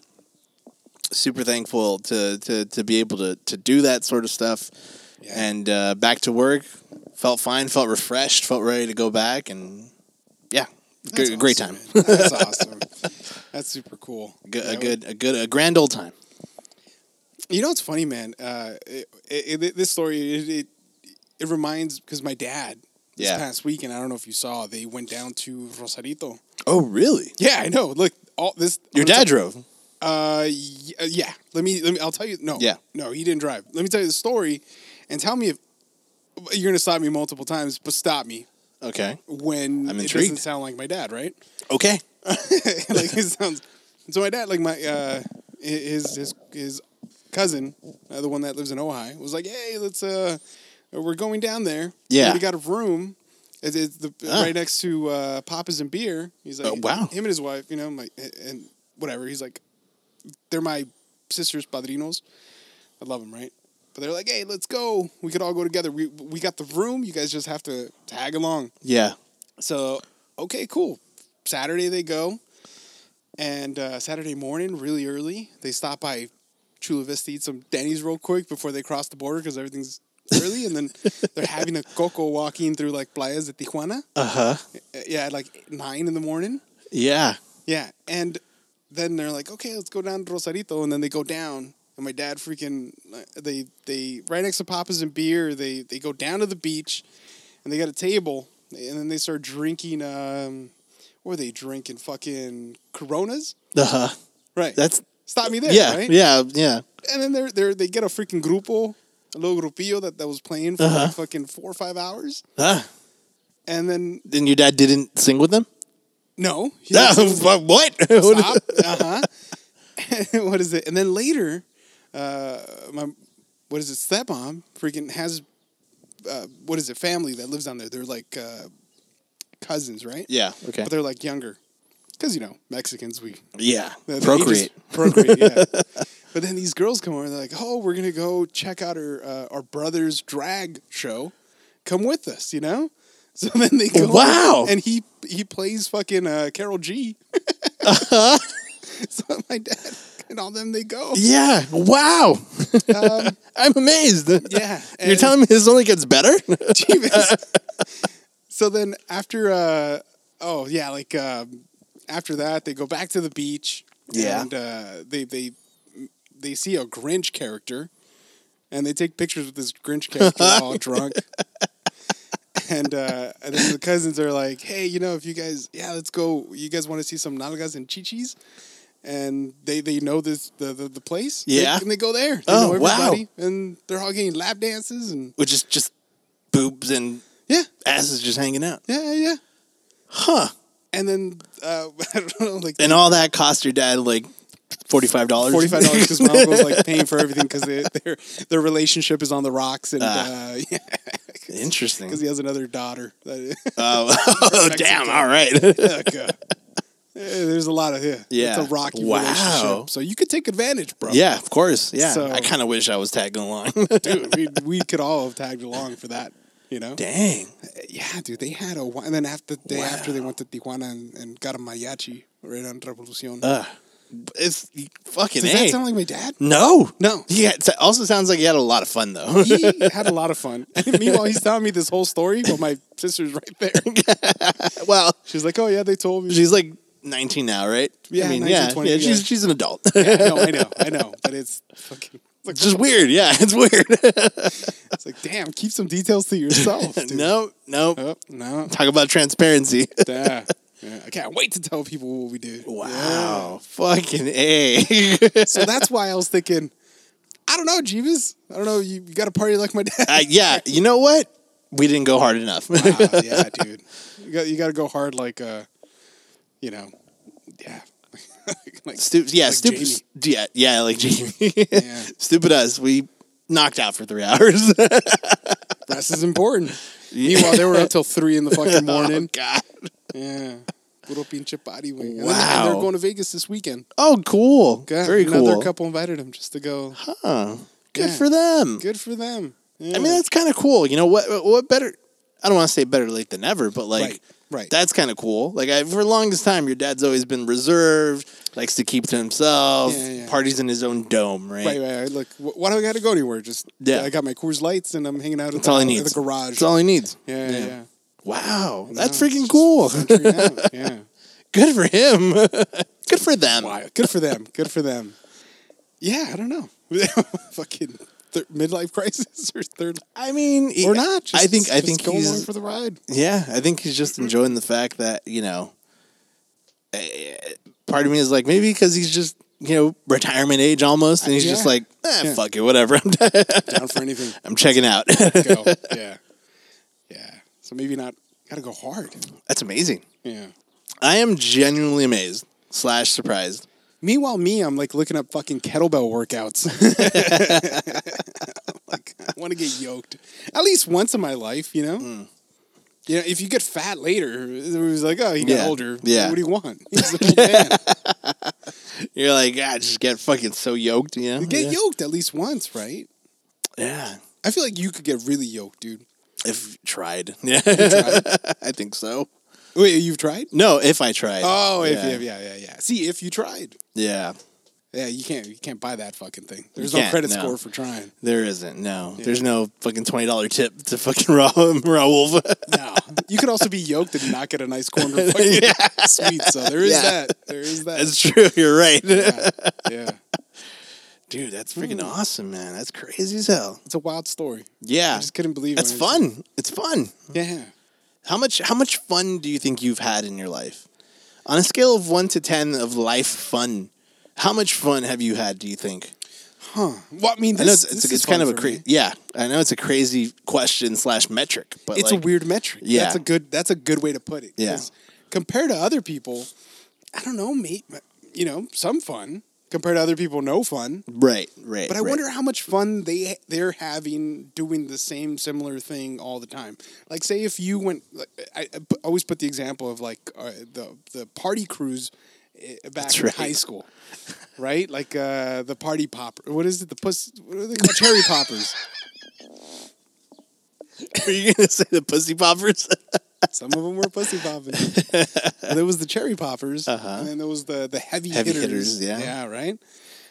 S2: Super thankful to to to be able to to do that sort of stuff.
S3: Yeah.
S2: And uh, back to work, felt fine, felt refreshed, felt ready to go back, and yeah, good,
S3: That's
S2: great
S3: awesome,
S2: time.
S3: man. That's awesome. That's super cool.
S2: Good,
S3: Yeah,
S2: a good, a good, a grand old time.
S3: You know what's funny, man? Uh, it, it, it- this story it it, it reminds because my dad this
S2: Yeah.
S3: past weekend I don't know if you saw they went down to Rosarito.
S2: Oh, really?
S3: Yeah, I know. Look, all this
S2: Your
S3: I'm gonna
S2: dad drove.
S3: Uh, y- uh, yeah. Let me. Let me. I'll tell you. No.
S2: Yeah.
S3: No, he didn't drive. Let me tell you the story, and tell me if you're gonna stop me multiple times, but stop me
S2: Okay.
S3: when
S2: I'm
S3: it doesn't
S2: intrigued.
S3: sound like my dad, right?
S2: Okay.
S3: like it sounds. So my dad, like my uh, hi- his his his cousin, uh, the one that lives in Ohio, was like, "Hey, let's uh, we're going down there.
S2: Yeah.
S3: we got a room. It's, it's the,
S2: Ah.
S3: right next to uh, Papa's and beer. He's like,
S2: Oh, wow.
S3: him and his wife. You know, I'm like, and- and whatever. He's like, they're my sister's padrinos. I love them, right? But they're like, hey, let's go. We could all go together. We we got the room. You guys just have to tag along.
S2: Yeah.
S3: So, okay, cool. Saturday they go, and uh, Saturday morning, really early, they stop by Chula Vista, eat some Denny's real quick before they cross the border because everything's early, and then they're having a coco walking through like playas de Tijuana.
S2: Uh huh.
S3: Uh, Yeah, at, like nine in the morning.
S2: Yeah.
S3: Yeah, and then they're like, okay, let's go down to Rosarito, and then they go down. And my dad freaking they they right next to Papa's and beer. They they go down to the beach, and they got a table, and then they start drinking. Um, what are they drinking? Fucking Coronas,
S2: Uh huh.
S3: right?
S2: That's
S3: Stop me there,
S2: yeah.
S3: right?
S2: Yeah. Yeah.
S3: And then they're they are they get a freaking grupo, a little grupillo that that was playing for
S2: Uh-huh.
S3: like fucking four or five hours,
S2: Huh.
S3: and then
S2: Ah, Then your dad didn't sing with them.
S3: no, he
S2: No.
S3: doesn't-
S2: what?
S3: stop. Uh huh. what is it? And then later, uh, my what is it? Stepmom freaking has uh, what is it? Family that lives down there. They're like uh, cousins, right?
S2: yeah. Okay.
S3: But they're like younger, because you know Mexicans we
S2: Yeah.
S3: the- the
S2: Procreate.
S3: ages- procreate. Yeah. but then these girls come over and they're like, "Oh, we're gonna go check out our uh, our brother's drag show. Come with us, you know." So then they go.
S2: Wow.
S3: And he he plays fucking uh, Carol G.
S2: Uh-huh.
S3: so my dad and all them they go.
S2: Yeah. Wow.
S3: Um,
S2: I'm amazed.
S3: yeah.
S2: You're
S3: and-
S2: telling me this only gets better?
S3: Jeebus. so then after uh oh yeah like um after that they go back to the beach
S2: Yeah.
S3: and uh they they they see a grinch character and they take pictures with this grinch character all drunk and uh and then the cousins are like hey you know if you guys yeah let's go you guys want to see some nalgas and chichis and they, they know this the, the, the place They-
S2: Yeah.
S3: and they go there they
S2: Oh,
S3: know
S2: wow.
S3: everybody and they're all getting lap dances and
S2: Which is just boobs and
S3: yeah
S2: asses just hanging out.
S3: yeah yeah, yeah
S2: Huh.
S3: And then uh, I don't know, like
S2: And all that cost your dad like forty five dollars.
S3: forty five dollars because my uncle's like paying for everything because their their relationship is on the rocks and
S2: Ah.
S3: uh, yeah,
S2: Interesting.
S3: because he has another daughter. That-
S2: Oh, oh, damn! All right.
S3: Fuck, uh, yeah, There's a lot of yeah.
S2: Yeah.
S3: It's a rocky
S2: Wow.
S3: relationship, so you could take advantage, bro.
S2: yeah, of course. Yeah,
S3: So-
S2: I kind of wish I was tagging along.
S3: dude, we, we could all have tagged along for that. You know,
S2: Dang.
S3: yeah, dude. They had a wi- and then after the day after
S2: Wow.
S3: they went to Tijuana and, and got a mariachi right on Revolucion.
S2: Uh, it's fucking.
S3: Does
S2: A.
S3: that sound like my dad?
S2: no,
S3: No.
S2: Yeah, it also sounds like you had a lot of fun though.
S3: he had a lot of fun. And meanwhile, he's telling me this whole story, but my sister's right there.
S2: well,
S3: She's like, "Oh yeah, they told me."
S2: she's like nineteen now, right?
S3: Yeah,
S2: I mean,
S3: 19,
S2: yeah,
S3: 20,
S2: yeah,
S3: yeah.
S2: She's she's an adult.
S3: no, I know, I know, but it's fucking.
S2: it's just weird. Yeah, it's weird.
S3: It's like, damn, keep some details to yourself. Dude.
S2: no, no.
S3: oh, no,
S2: Talk about transparency.
S3: yeah. Yeah, I can't wait to tell people what we did.
S2: Wow, fucking a.
S3: So that's why I was thinking, I don't know, Jeeves. I don't know. You, you got a party like my dad.
S2: Uh, yeah, you know what? We didn't go hard enough.
S3: Wow, yeah, dude. You got you got to go hard, like uh, you know, yeah, like
S2: Stu- yeah,
S3: Like
S2: stupid.
S3: Jamie.
S2: Yeah, yeah, like Jamie.
S3: Yeah.
S2: stupid us. We knocked out for three hours.
S3: rest is important. Meanwhile, they were up till three in the fucking morning.
S2: God.
S3: Yeah. Little pinche body wing. And
S2: Wow.
S3: They're going to Vegas this weekend.
S2: Oh, cool.
S3: Got
S2: Very
S3: another
S2: cool.
S3: couple invited them just to go.
S2: Huh. Good
S3: Yeah.
S2: for them.
S3: Good for them.
S2: I mean, that's kind of cool. You know what? What better? I don't want to say better late than never, but like.
S3: Right, right.
S2: That's kind of cool. Like I, for the longest time, your dad's always been reserved, likes to keep to himself,
S3: Yeah, yeah.
S2: parties in his own dome, right?
S3: Right, right, right. Look, wh- why do I got to go anywhere? Just
S2: Yeah.
S3: I got my Coors Lights and I'm hanging out at
S2: That's all
S3: the,
S2: he
S3: at
S2: needs.
S3: the garage.
S2: That's all he needs.
S3: yeah, yeah, yeah.
S2: Wow, that's
S3: No,
S2: freaking cool.
S3: Venturing out, yeah.
S2: Good for him. Good for them.
S3: Wow. Good for them. Good for them. Yeah, I don't know. Fucking thir- midlife crisis or third
S2: I mean,
S3: or not. Just,
S2: I think I
S3: just
S2: think
S3: go along
S2: he's
S3: for the ride.
S2: yeah. I think he's just enjoying the fact that you know. eh, Part of me is like maybe because he's just you know retirement age almost, and he's just
S3: Yeah.
S2: like eh,
S3: Yeah.
S2: fuck it, whatever. I'm
S3: Down for anything.
S2: I'm checking out.
S3: go. Yeah. Yeah. So maybe not got to go hard.
S2: That's amazing.
S3: Yeah.
S2: I am genuinely amazed slash surprised.
S3: Meanwhile, me, I'm like looking up fucking kettlebell workouts. like I want to get yoked at least once in my life, you know. You know, if you get fat later, it was like, oh, he got
S2: Yeah.
S3: older.
S2: Yeah.
S3: what do you want? He's an old man.
S2: You're like, ah, just get fucking so yoked, you know?
S3: Get
S2: yeah.
S3: yoked at least once, right?
S2: Yeah.
S3: I feel like you could get really yoked, dude.
S2: If tried. Yeah. I think so.
S3: Wait, you've tried?
S2: No, if I tried.
S3: Oh, if,
S2: yeah.
S3: yeah, yeah, yeah, yeah. See, if you tried,
S2: Yeah.
S3: yeah, you can't, you can't buy that fucking thing. There's
S2: You
S3: no
S2: can't,
S3: credit
S2: no.
S3: score for trying.
S2: There isn't. No. There's no fucking $20 tip to fucking raw, raw wolf.
S3: No, you could also be yoked and not get a nice corner fucking sweet. So there is
S2: Yeah.
S3: that. There is that.
S2: that's true. You're right.
S3: yeah,
S2: Dude, that's freaking
S3: Hmm.
S2: awesome, man. That's crazy as hell.
S3: it's a wild story.
S2: Yeah.
S3: I just couldn't believe
S2: That's
S3: it.
S2: fun. It's fun.
S3: Yeah.
S2: How much how much fun do you think you've had in your life? On a scale of 1 to 10 of life fun, how much fun have you had, do you think?
S3: Well, I mean, this,
S2: I know it's,
S3: this
S2: it's,
S3: is
S2: it's kind of
S3: fun
S2: a
S3: for
S2: cra-
S3: me.
S2: yeah. I know it's a crazy question slash metric, but
S3: It's
S2: like,
S3: a weird metric.
S2: Yeah.
S3: that's a good. That's a good way to put it.
S2: Yeah.
S3: 'Cause Compared to other people, I don't know, mate. You know, some fun compared to other people, no fun.
S2: right, right.
S3: But I
S2: right.
S3: wonder how much fun they they're having doing the same similar thing all the time. Like, say if you went, like, I, I pu- always put the example of like uh, the the party cruise uh, back in
S2: right.
S3: high school, right? Like uh, the party popper. What is it? The puss? What are they called? Cherry poppers.
S2: Were you gonna say the pussy poppers?
S3: Some of them were pussy popping. But there was the cherry poppers, and then there was the the heavy,
S2: Uh-huh. Heavy
S3: hitters.
S2: hitters, yeah.
S3: yeah, right.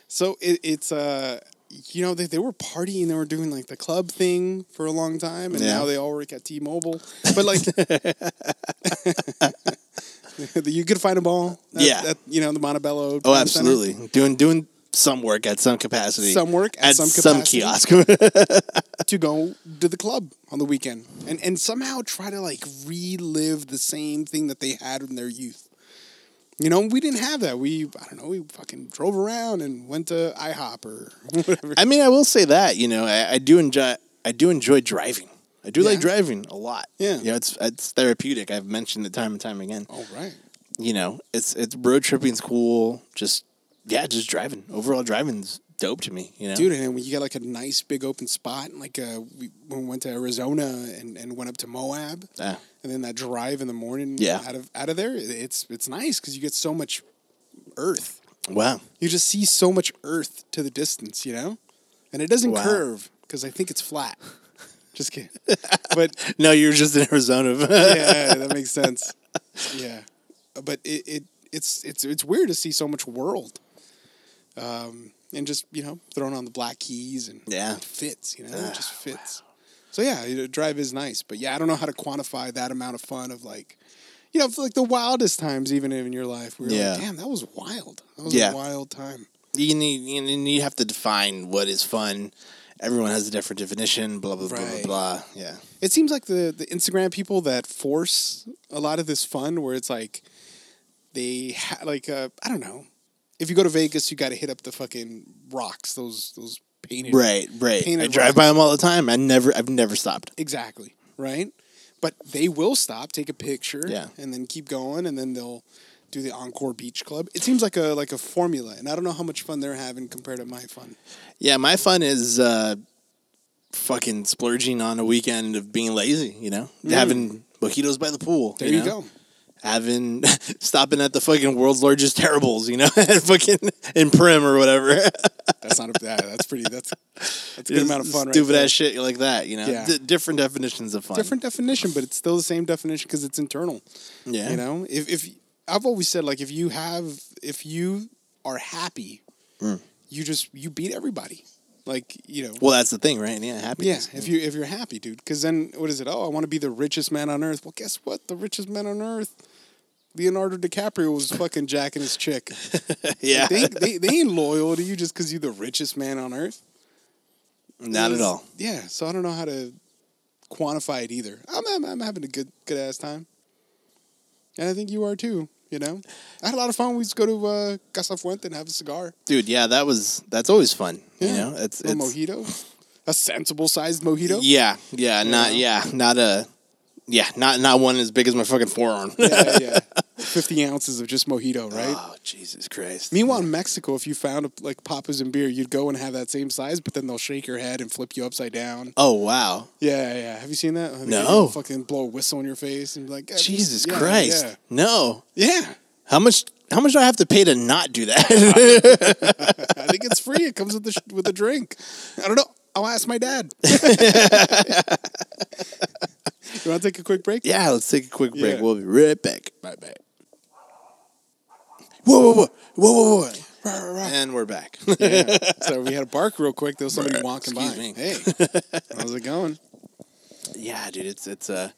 S3: So it, it's uh, you know, they, they were partying, they were doing like the club thing for a long time, and
S2: Yeah.
S3: now they all work at T-Mobile. But like, you could find them all. at-
S2: Yeah.
S3: at, you know the Montebello.
S2: oh,
S3: Town Center.
S2: absolutely. Doing doing some work at some capacity.
S3: Some work at some capacity.
S2: kiosk.
S3: to go to the club on the weekend and and somehow try to like relive the same thing that they had in their youth. You know, we didn't have that. We I don't know, we fucking drove around and went to IHOP or whatever.
S2: I mean, I will say that you know I, I do enjoy I do enjoy driving. I do like
S3: Yeah.
S2: driving a lot.
S3: Yeah.
S2: you know it's it's therapeutic. I've mentioned it time and time again.
S3: All right.
S2: You know, it's it's road tripping's cool. Just yeah, just driving. Overall, driving's dope to me. You know,
S3: Dude, and then when you got like a nice big open spot, and like uh, we, when we went to Arizona and, and went up to Moab,
S2: Ah.
S3: and then that drive in the morning,
S2: Yeah.
S3: out of out of there, it's it's nice because you get so much earth.
S2: Wow.
S3: you just see so much earth to the distance, you know? And it doesn't
S2: Wow.
S3: curve because I think it's flat. Just kidding. but
S2: No, you're just in Arizona.
S3: yeah, that makes sense. Yeah. But it, it it's it's it's weird to see so much world. Um and just, you know, throwing on the black keys and
S2: Yeah. Ah,
S3: it fits, you know, it just fits. So yeah, you know, drive is nice. But yeah, I don't know how to quantify that amount of fun of like you know, for like the wildest times even in your life. We were
S2: Yeah.
S3: like, damn, that was wild. That was
S2: Yeah.
S3: a wild time.
S2: you need you, need- you have to define what is fun. Everyone has a different definition. Blah blah
S3: Right.
S2: blah blah blah. Yeah.
S3: It seems like the the Instagram people that force a lot of this fun, where it's like they ha- like uh, I don't know. If you go to Vegas, you got to hit up the fucking rocks. Those those painted
S2: Right. Right.
S3: Painted
S2: I drive
S3: rock.
S2: by them all the time. I never. I've never stopped.
S3: Exactly. Right. But they will stop, take a picture,
S2: Yeah.
S3: and then keep going, and then they'll do the Encore Beach Club. It seems like a like a formula, and I don't know how much fun they're having compared to my fun.
S2: Yeah. My fun is uh, fucking splurging on a weekend of being lazy. You know, having mojitos by the pool.
S3: There you,
S2: know?
S3: go.
S2: Having stopping at the fucking world's largest terribles. You know, and fucking in Prim or whatever.
S3: That's not a bad. That's pretty. That's that's a good amount of fun.
S2: Stupid
S3: right there.
S2: ass shit like that. You know,
S3: Yeah.
S2: D- different definitions of fun.
S3: different definition, but it's still the same definition because it's internal.
S2: Yeah.
S3: You know, if if I've always said like if you have if you are happy, you just you beat everybody. Like you know,
S2: Mm. Well, that's the thing, right? Yeah.
S3: yeah.
S2: Happiness.
S3: If you if you're happy, dude, because then what is it? Oh, I want to be the richest man on earth. Well, guess what? The richest man on earth. Leonardo DiCaprio was fucking jacking his chick.
S2: Yeah.
S3: They, they, they ain't loyal to you just because you're the richest man on earth.
S2: Not at
S3: It's-
S2: all.
S3: Yeah, so I don't know how to quantify it either. I'm, I'm, I'm having a good good ass time, and I think you are too. You know, I had a lot of fun. We just go to uh, Casa Fuente and have a cigar,
S2: dude yeah that was that's always fun you
S3: Yeah.
S2: know it's,
S3: a
S2: it's
S3: mojito, a sensible sized mojito.
S2: yeah yeah not yeah not a yeah not not one as big as my fucking forearm
S3: yeah, yeah. fifty ounces of just mojito, right?
S2: Oh Jesus Christ!
S3: Meanwhile, in Mexico, if you found a, like Papa's and beer, you'd go and have that same size, but then they'll shake your head and flip you upside down.
S2: oh wow!
S3: Yeah, yeah. Have you seen that? They
S2: No.
S3: Fucking blow a whistle in your face and be like, "Eh,
S2: Jesus
S3: yeah,
S2: Christ! No.
S3: Yeah. yeah.
S2: How much? How much do I have to pay to not do that?
S3: I think it's free. It comes with the sh- with a drink. I don't know. I'll ask my dad. you want to take a quick break?
S2: yeah, let's take a quick break.
S3: Yeah.
S2: We'll be right back.
S3: Bye bye.
S2: Whoa, whoa, whoa, whoa, whoa, whoa! And we're back.
S3: Yeah. So we had a bark real quick. There was somebody
S2: Bruh,
S3: walking by.
S2: excuse
S3: Hey, how's it going?
S2: yeah, dude, it's it's uh,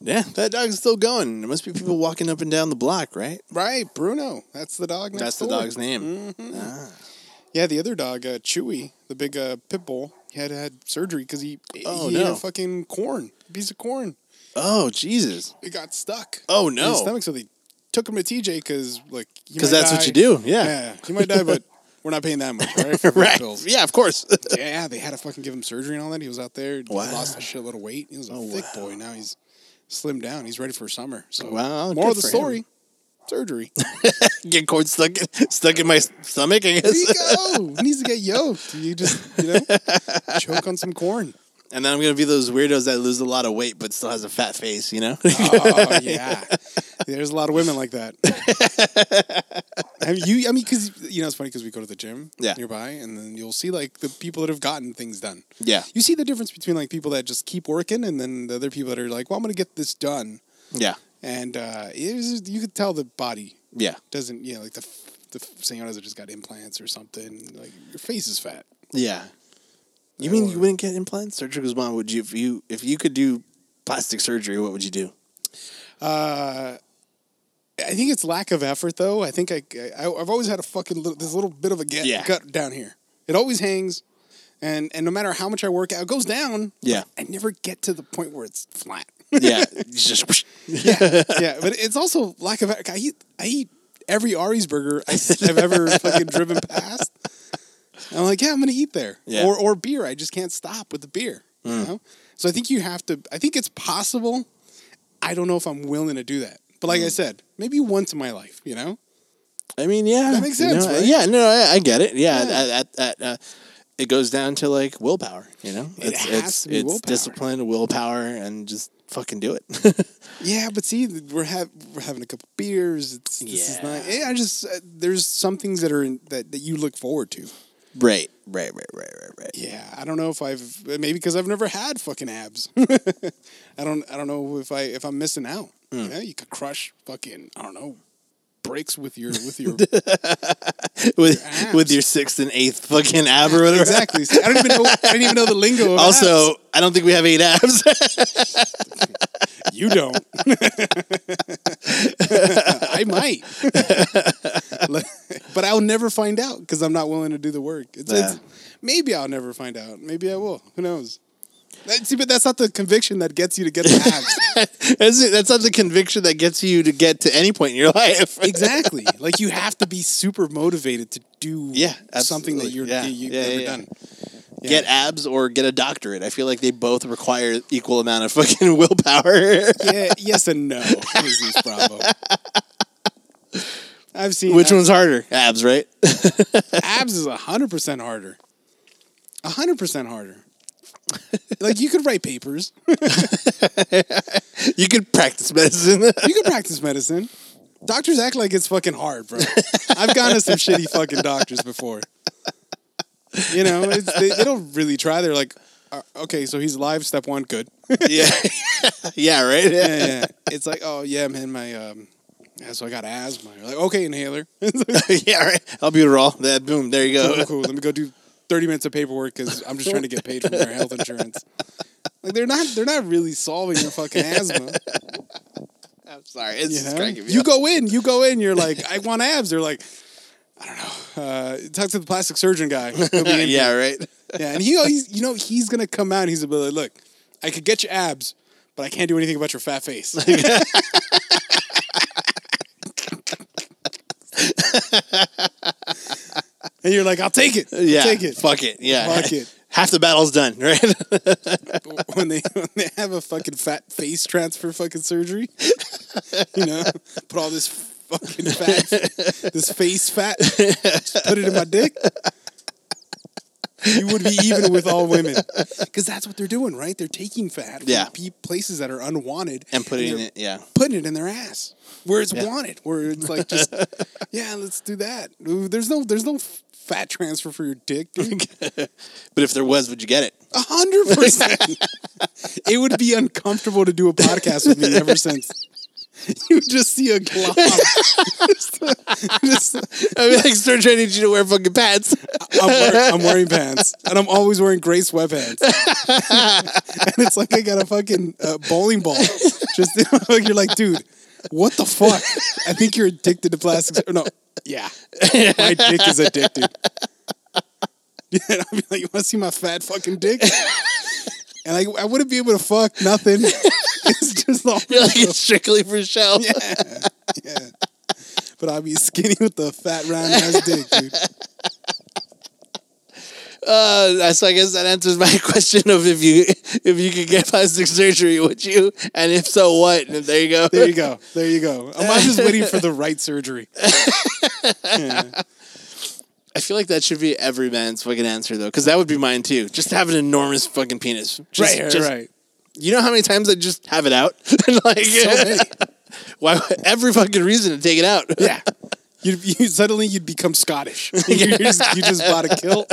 S2: yeah, that dog's still going. There must be people walking up and down the block, right?
S3: Right, Bruno. That's the dog. Next
S2: That's the
S3: door.
S2: dog's
S3: Mm-hmm.
S2: name.
S3: Yeah, the other dog, uh, Chewy, the big uh, pit bull, he had had surgery because he
S2: Oh,
S3: he ate
S2: no.
S3: a fucking corn, a piece of corn.
S2: Oh Jesus!
S3: It got stuck.
S2: Oh
S3: in his
S2: no!
S3: stomach, so they took him to TJ because like he
S2: 'Cause
S3: might
S2: that's what
S3: die.
S2: you do, yeah.
S3: yeah, he might die, but we're not paying that much, right? For
S2: Right?
S3: pills.
S2: Yeah, of course.
S3: Yeah, they had to fucking give him surgery and all that. He was out there, he
S2: Wow. Oh,
S3: lost a shitload of weight. He was a thick boy. Now he's slimmed down. He's ready for summer. So
S2: Wow,
S3: moral of
S2: good
S3: the
S2: for
S3: story: surgery.
S2: Get corn stuck stuck in my stomach. I
S3: There you
S2: guess.
S3: go. He needs to get yoked. You just you know choke on some corn.
S2: And then I'm gonna be those weirdos that lose a lot of weight but still has a fat face, you know?
S3: Oh yeah, there's a lot of women like that. I mean, you, I mean, because you know, it's funny because we go to the gym
S2: Yeah.
S3: nearby, and then you'll see like the people that have gotten things done.
S2: yeah.
S3: You see the difference between like people that just keep working, and then the other people that are like, "Well, I'm gonna get this done,"
S2: Yeah.
S3: and uh, it was, you could tell the body
S2: Yeah.
S3: doesn't, you know, like the the señoras that just got implants or something. Like your face is fat.
S2: Yeah. You mean you wouldn't get implants? Surgical's mom, would you if you if you could do plastic surgery, what would you do?
S3: I think it's lack of effort, though. I think I, I I've always had a fucking little, this little bit of a get,
S2: Yeah.
S3: gut down here. It always hangs, and and no matter how much I work out, it goes down.
S2: Yeah.
S3: I never get to the point where it's flat.
S2: Yeah. It's just whoosh.
S3: yeah, yeah, but it's also lack of. I eat I eat every Ari's burger I, have ever fucking driven past. I'm like, yeah, I'm gonna eat there,
S2: Yeah. Hmm.
S3: or or beer. I just can't stop with the beer. You know? So I think you have to. I think it's possible. I don't know if I'm willing to do that, but
S2: Hmm.
S3: like I said, maybe once in my life, you know.
S2: I mean, yeah. That
S3: makes
S2: You
S3: sense,
S2: know,
S3: right?
S2: Yeah, no, I, I get it. Yeah.
S3: Yeah.
S2: At, at, at, uh, it goes down to like willpower, you know? it's
S3: has
S2: it's
S3: to be
S2: it's
S3: willpower.
S2: discipline, willpower, and just fucking do it.
S3: Yeah, but see, th- we're have we're having a couple beers. It's, This is not.
S2: Yeah.
S3: Yeah, I just uh, there's some things that are in, that that you look forward to.
S2: right. Right, right, right, right, right.
S3: Yeah, I don't know if I've maybe because I've never had fucking abs. I don't I don't know if I if I'm missing out.
S2: Hmm.
S3: You know, you could crush fucking I don't know breaks with your with your
S2: With
S3: abs.
S2: with your sixth and eighth fucking ab or whatever.
S3: exactly. See, I don't even know I don't even know the lingo. Of
S2: Also, I don't think we have eight abs.
S3: abs. you don't. I might, but I'll never find out because I'm not willing to do the work. It's, it's,
S2: Yeah.
S3: maybe I'll never find out. Maybe I will. Who knows? That- See, but that's not the conviction that gets you to get the abs.
S2: that's, that's not the conviction that gets you to get to any point in your life.
S3: Exactly. like you have to be super motivated to do
S2: Yeah,
S3: something
S2: absolutely.
S3: that you're
S2: Yeah,
S3: you- you've
S2: yeah,
S3: never
S2: yeah.
S3: done. Yeah.
S2: Get abs or get a doctorate. I feel like they both require equal amount of fucking willpower.
S3: yeah, yes and no is this problem. I've seen
S2: Which
S3: ab-
S2: one's harder? Abs, right?
S3: abs is hundred percent harder. hundred percent harder. like you could write papers.
S2: you can practice medicine.
S3: You could practice medicine. Doctors act like it's fucking hard, bro. I've gone to some shitty fucking doctors before. You know, it's, they, they don't really try. They're like, uh, okay, so he's alive. Step one, good.
S2: yeah. yeah, right? Yeah.
S3: yeah, yeah. It's like, oh yeah, man, my um, yeah, so I got asthma. You're like, okay, inhaler.
S2: right. I'll be raw. That boom, there you
S3: cool,
S2: go.
S3: cool. Let me go do thirty minutes of paperwork because I'm just trying to get paid from their health insurance. Like they're not, they're not really solving your fucking asthma.
S2: I'm sorry. It's
S3: You,
S2: just
S3: know?
S2: cracking me
S3: You
S2: up.
S3: go in, you go in. You're like, I want abs. They're like, I don't know. Uh, talk to the plastic surgeon guy. He'll be in
S2: yeah, right.
S3: Yeah, and he always, you know, he's gonna come out. and He's gonna be like, "Look, I could get your abs, but I can't do anything about your fat face." and you're like, "I'll take it. I'll
S2: Yeah.
S3: take it.
S2: Fuck it. Yeah.
S3: Fuck it.
S2: half the battle's done, right?
S3: when they when they have a fucking fat face transfer fucking surgery. You know, put all this fucking fat, this face fat, just put it in my dick. You would be even with all women, because that's what they're doing, right? They're taking fat from
S2: Yeah.
S3: pe- places that are unwanted
S2: and put it in
S3: they're
S2: it. Yeah.
S3: putting it in their ass where it's
S2: Yeah.
S3: wanted, where it's like just yeah, let's do that. Ooh, There's no there's no fat transfer for your dick, dude.
S2: But if there was, would you get it?
S3: A hundred percent. It would be uncomfortable to do a podcast with me ever since. You would just see a glob. Just-
S2: I mean, like, start trying to get you to wear fucking pants.
S3: I'm, wear- I'm wearing pants, and I'm always wearing gray sweatpants. and it's like I got a fucking uh, bowling ball. Just like you're like, dude, what the fuck? I think you're addicted to plastics. Or no, yeah, my dick is addicted. Yeah, and I'll be like, you want to see my fat fucking dick? And I, I wouldn't be able to fuck nothing. It's just all
S2: You're like, it's strictly for show.
S3: yeah. But I'll be skinny with the fat round ass dick, dude.
S2: Uh, so I guess that answers my question of if you if you could get plastic surgery, would you? And if so, what? And there you go.
S3: There you go. There you go. I'm not just waiting for the right surgery.
S2: I feel like that should be every man's fucking answer though, because that would be mine too. Just have an enormous fucking penis. Just, just- You know how many times I just have it out? And, like, why? Every fucking reason to take it out.
S3: Yeah. You, you suddenly you'd become Scottish. you, just, you just bought a kilt.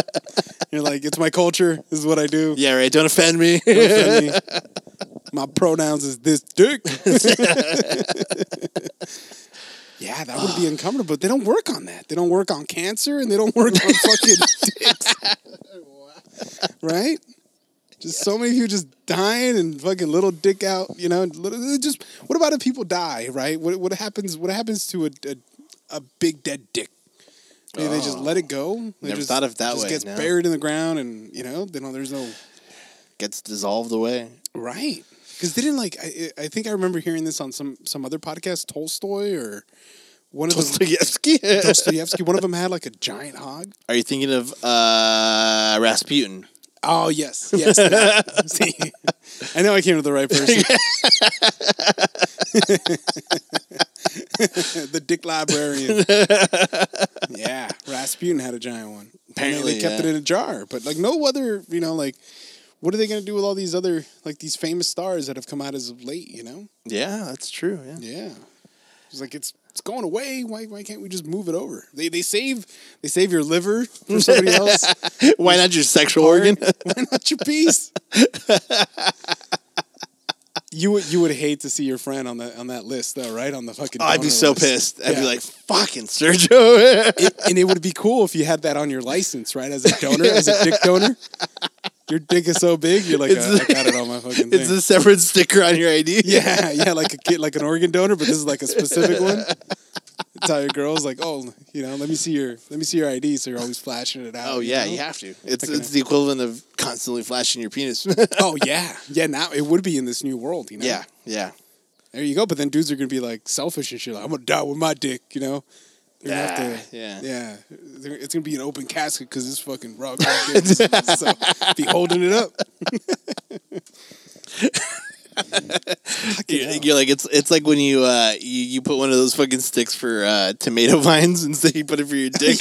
S3: You're like, it's my culture. This is what I do.
S2: Yeah, right. Don't offend me.
S3: You feel me? my pronouns is this dick. yeah, that would be uncomfortable. But they don't work on that. They don't work on cancer, and they don't work on fucking dicks. right? Just so many people just dying and fucking little dick out. You know, and little, just what about if people die? Right? What what happens? What happens to a a, a big dead dick? Maybe They just let it go. They
S2: Never
S3: just,
S2: thought of it that
S3: just
S2: way,
S3: Gets
S2: no.
S3: buried in the ground, and you know, then there's no
S2: Gets dissolved away.
S3: Right. Because they didn't like. I, I think I remember hearing this on some some other podcast, Tolstoy or one of them,
S2: Dostoevsky.
S3: Dostoevsky. One of them had like a giant hog.
S2: Are you thinking of uh, Rasputin?
S3: Oh yes, yes. that. See, I know I came to the right person. the Dick Librarian. yeah, Rasputin had a giant one.
S2: Apparently,
S3: they kept
S2: yeah.
S3: it in a jar, but like no other, you know, like what are they gonna do with all these other like these famous stars that have come out as of late? You know.
S2: Yeah, that's true. Yeah.
S3: Yeah. It's like it's it's going away. Why why can't we just move it over? They they save they save your liver for somebody else.
S2: Why not your sexual organ?
S3: Why not your piece? you would you would hate to see your friend on that on that list though, right? On the fucking
S2: Oh, I'd be
S3: donor
S2: so
S3: list.
S2: pissed. I'd be
S3: Yeah.
S2: like, fucking Sergio.
S3: It- and it would be cool if you had that on your license, right? As a donor, as a dick donor. Your dick is so big, you're like,
S2: It's
S3: "Oh, I got it on my fucking thing.
S2: it's a separate sticker on your ID.
S3: Yeah, yeah, like a kid, like an organ donor, but this is like a specific one. Tell your girls like, oh, you know, let me see your, let me see your ID, so you're always flashing it out.
S2: Oh
S3: you
S2: yeah,
S3: know?
S2: you have to. It's it's the equivalent of constantly flashing your penis.
S3: Oh yeah, yeah. Now it would be in this new world, you know.
S2: yeah, yeah.
S3: there you go. But then dudes are gonna be like selfish and shit. Like, I'm gonna die with my dick, you know. They're gonna have to,
S2: Ah, yeah.
S3: yeah. They're- It's gonna be an open casket because this fucking rock, dick, so be holding it up.
S2: You're, you're like it's it's like when you uh you, you put one of those fucking sticks for uh tomato vines instead you put it for your dick.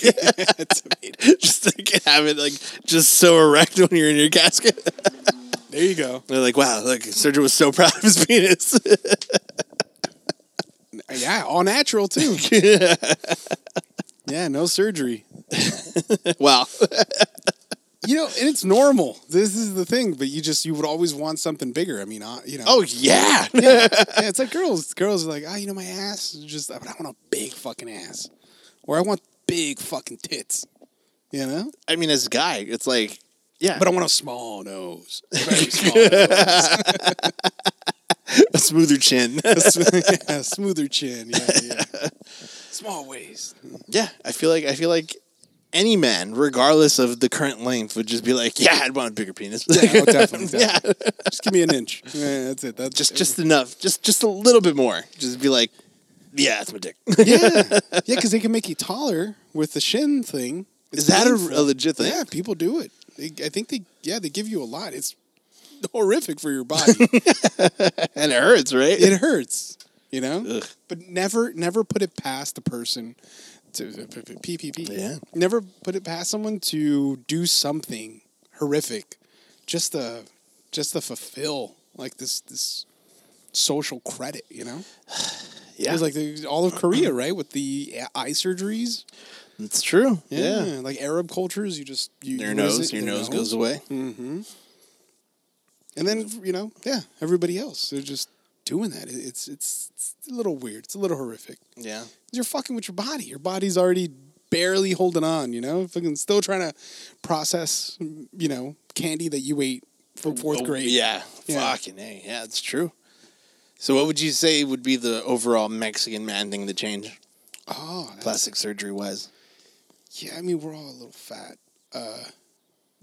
S2: just like have it like just so erect when you're in your casket.
S3: There you go.
S2: They're like, wow, look, Sergio was so proud of his penis.
S3: Yeah, all natural too. yeah, no surgery.
S2: wow.
S3: you know, and it's normal. This is the thing, but you just you would always want something bigger. I mean, uh, you know.
S2: Oh yeah.
S3: yeah, it's like girls. Girls are like, ah, you know, my ass is just. But I want a big fucking ass, or I want big fucking tits. You know,
S2: I mean, as a guy, it's like, yeah,
S3: but I want a small nose. Very small nose.
S2: a smoother chin.
S3: A sm- yeah, smoother chin. Yeah, yeah. Small waist. Oh,
S2: Yeah, I feel like I feel like any man, regardless of the current length, would just be like, "Yeah, I'd want a bigger penis."
S3: Yeah, oh, definitely. definitely. Just give me an inch. Yeah, that's it. That's
S2: just just enough, just just a little bit more. Just be like, "Yeah, that's my dick."
S3: yeah, yeah, because they can make you taller with the shin thing. It's
S2: Is that a,
S3: painful.
S2: a legit thing?
S3: Yeah, people do it. They, I think they, yeah, they give you a lot. It's horrific for your body.
S2: and it hurts, right?
S3: it hurts, you know.
S2: Ugh.
S3: But never, never put it past the person to p- p- PPP.
S2: Yeah.
S3: Never put it past someone to do something horrific, just to, just to fulfill like this this social credit, you know. It
S2: yeah,
S3: was like the, all of Korea, right, with the a- eye surgeries.
S2: it's true. Yeah,
S3: like Arab cultures, you just you,
S2: your
S3: you
S2: nose,
S3: visit
S2: your nose, Hmm. goes away.
S3: and then you know, yeah, everybody else they're just doing that. It- It's it's it's a little weird. It's a little horrific.
S2: Yeah,
S3: You're fucking with your body. Your body's already barely holding on. You know, fucking still trying to process. You know, candy that you ate from fourth
S2: Oh,
S3: grade.
S2: Yeah,
S3: Yeah.
S2: fucking a. Yeah, it's true. So, what would you say would be the overall Mexican man thing to change,
S3: Oh, that-
S2: plastic surgery wise?
S3: yeah. I mean, we're all a little fat. Uh,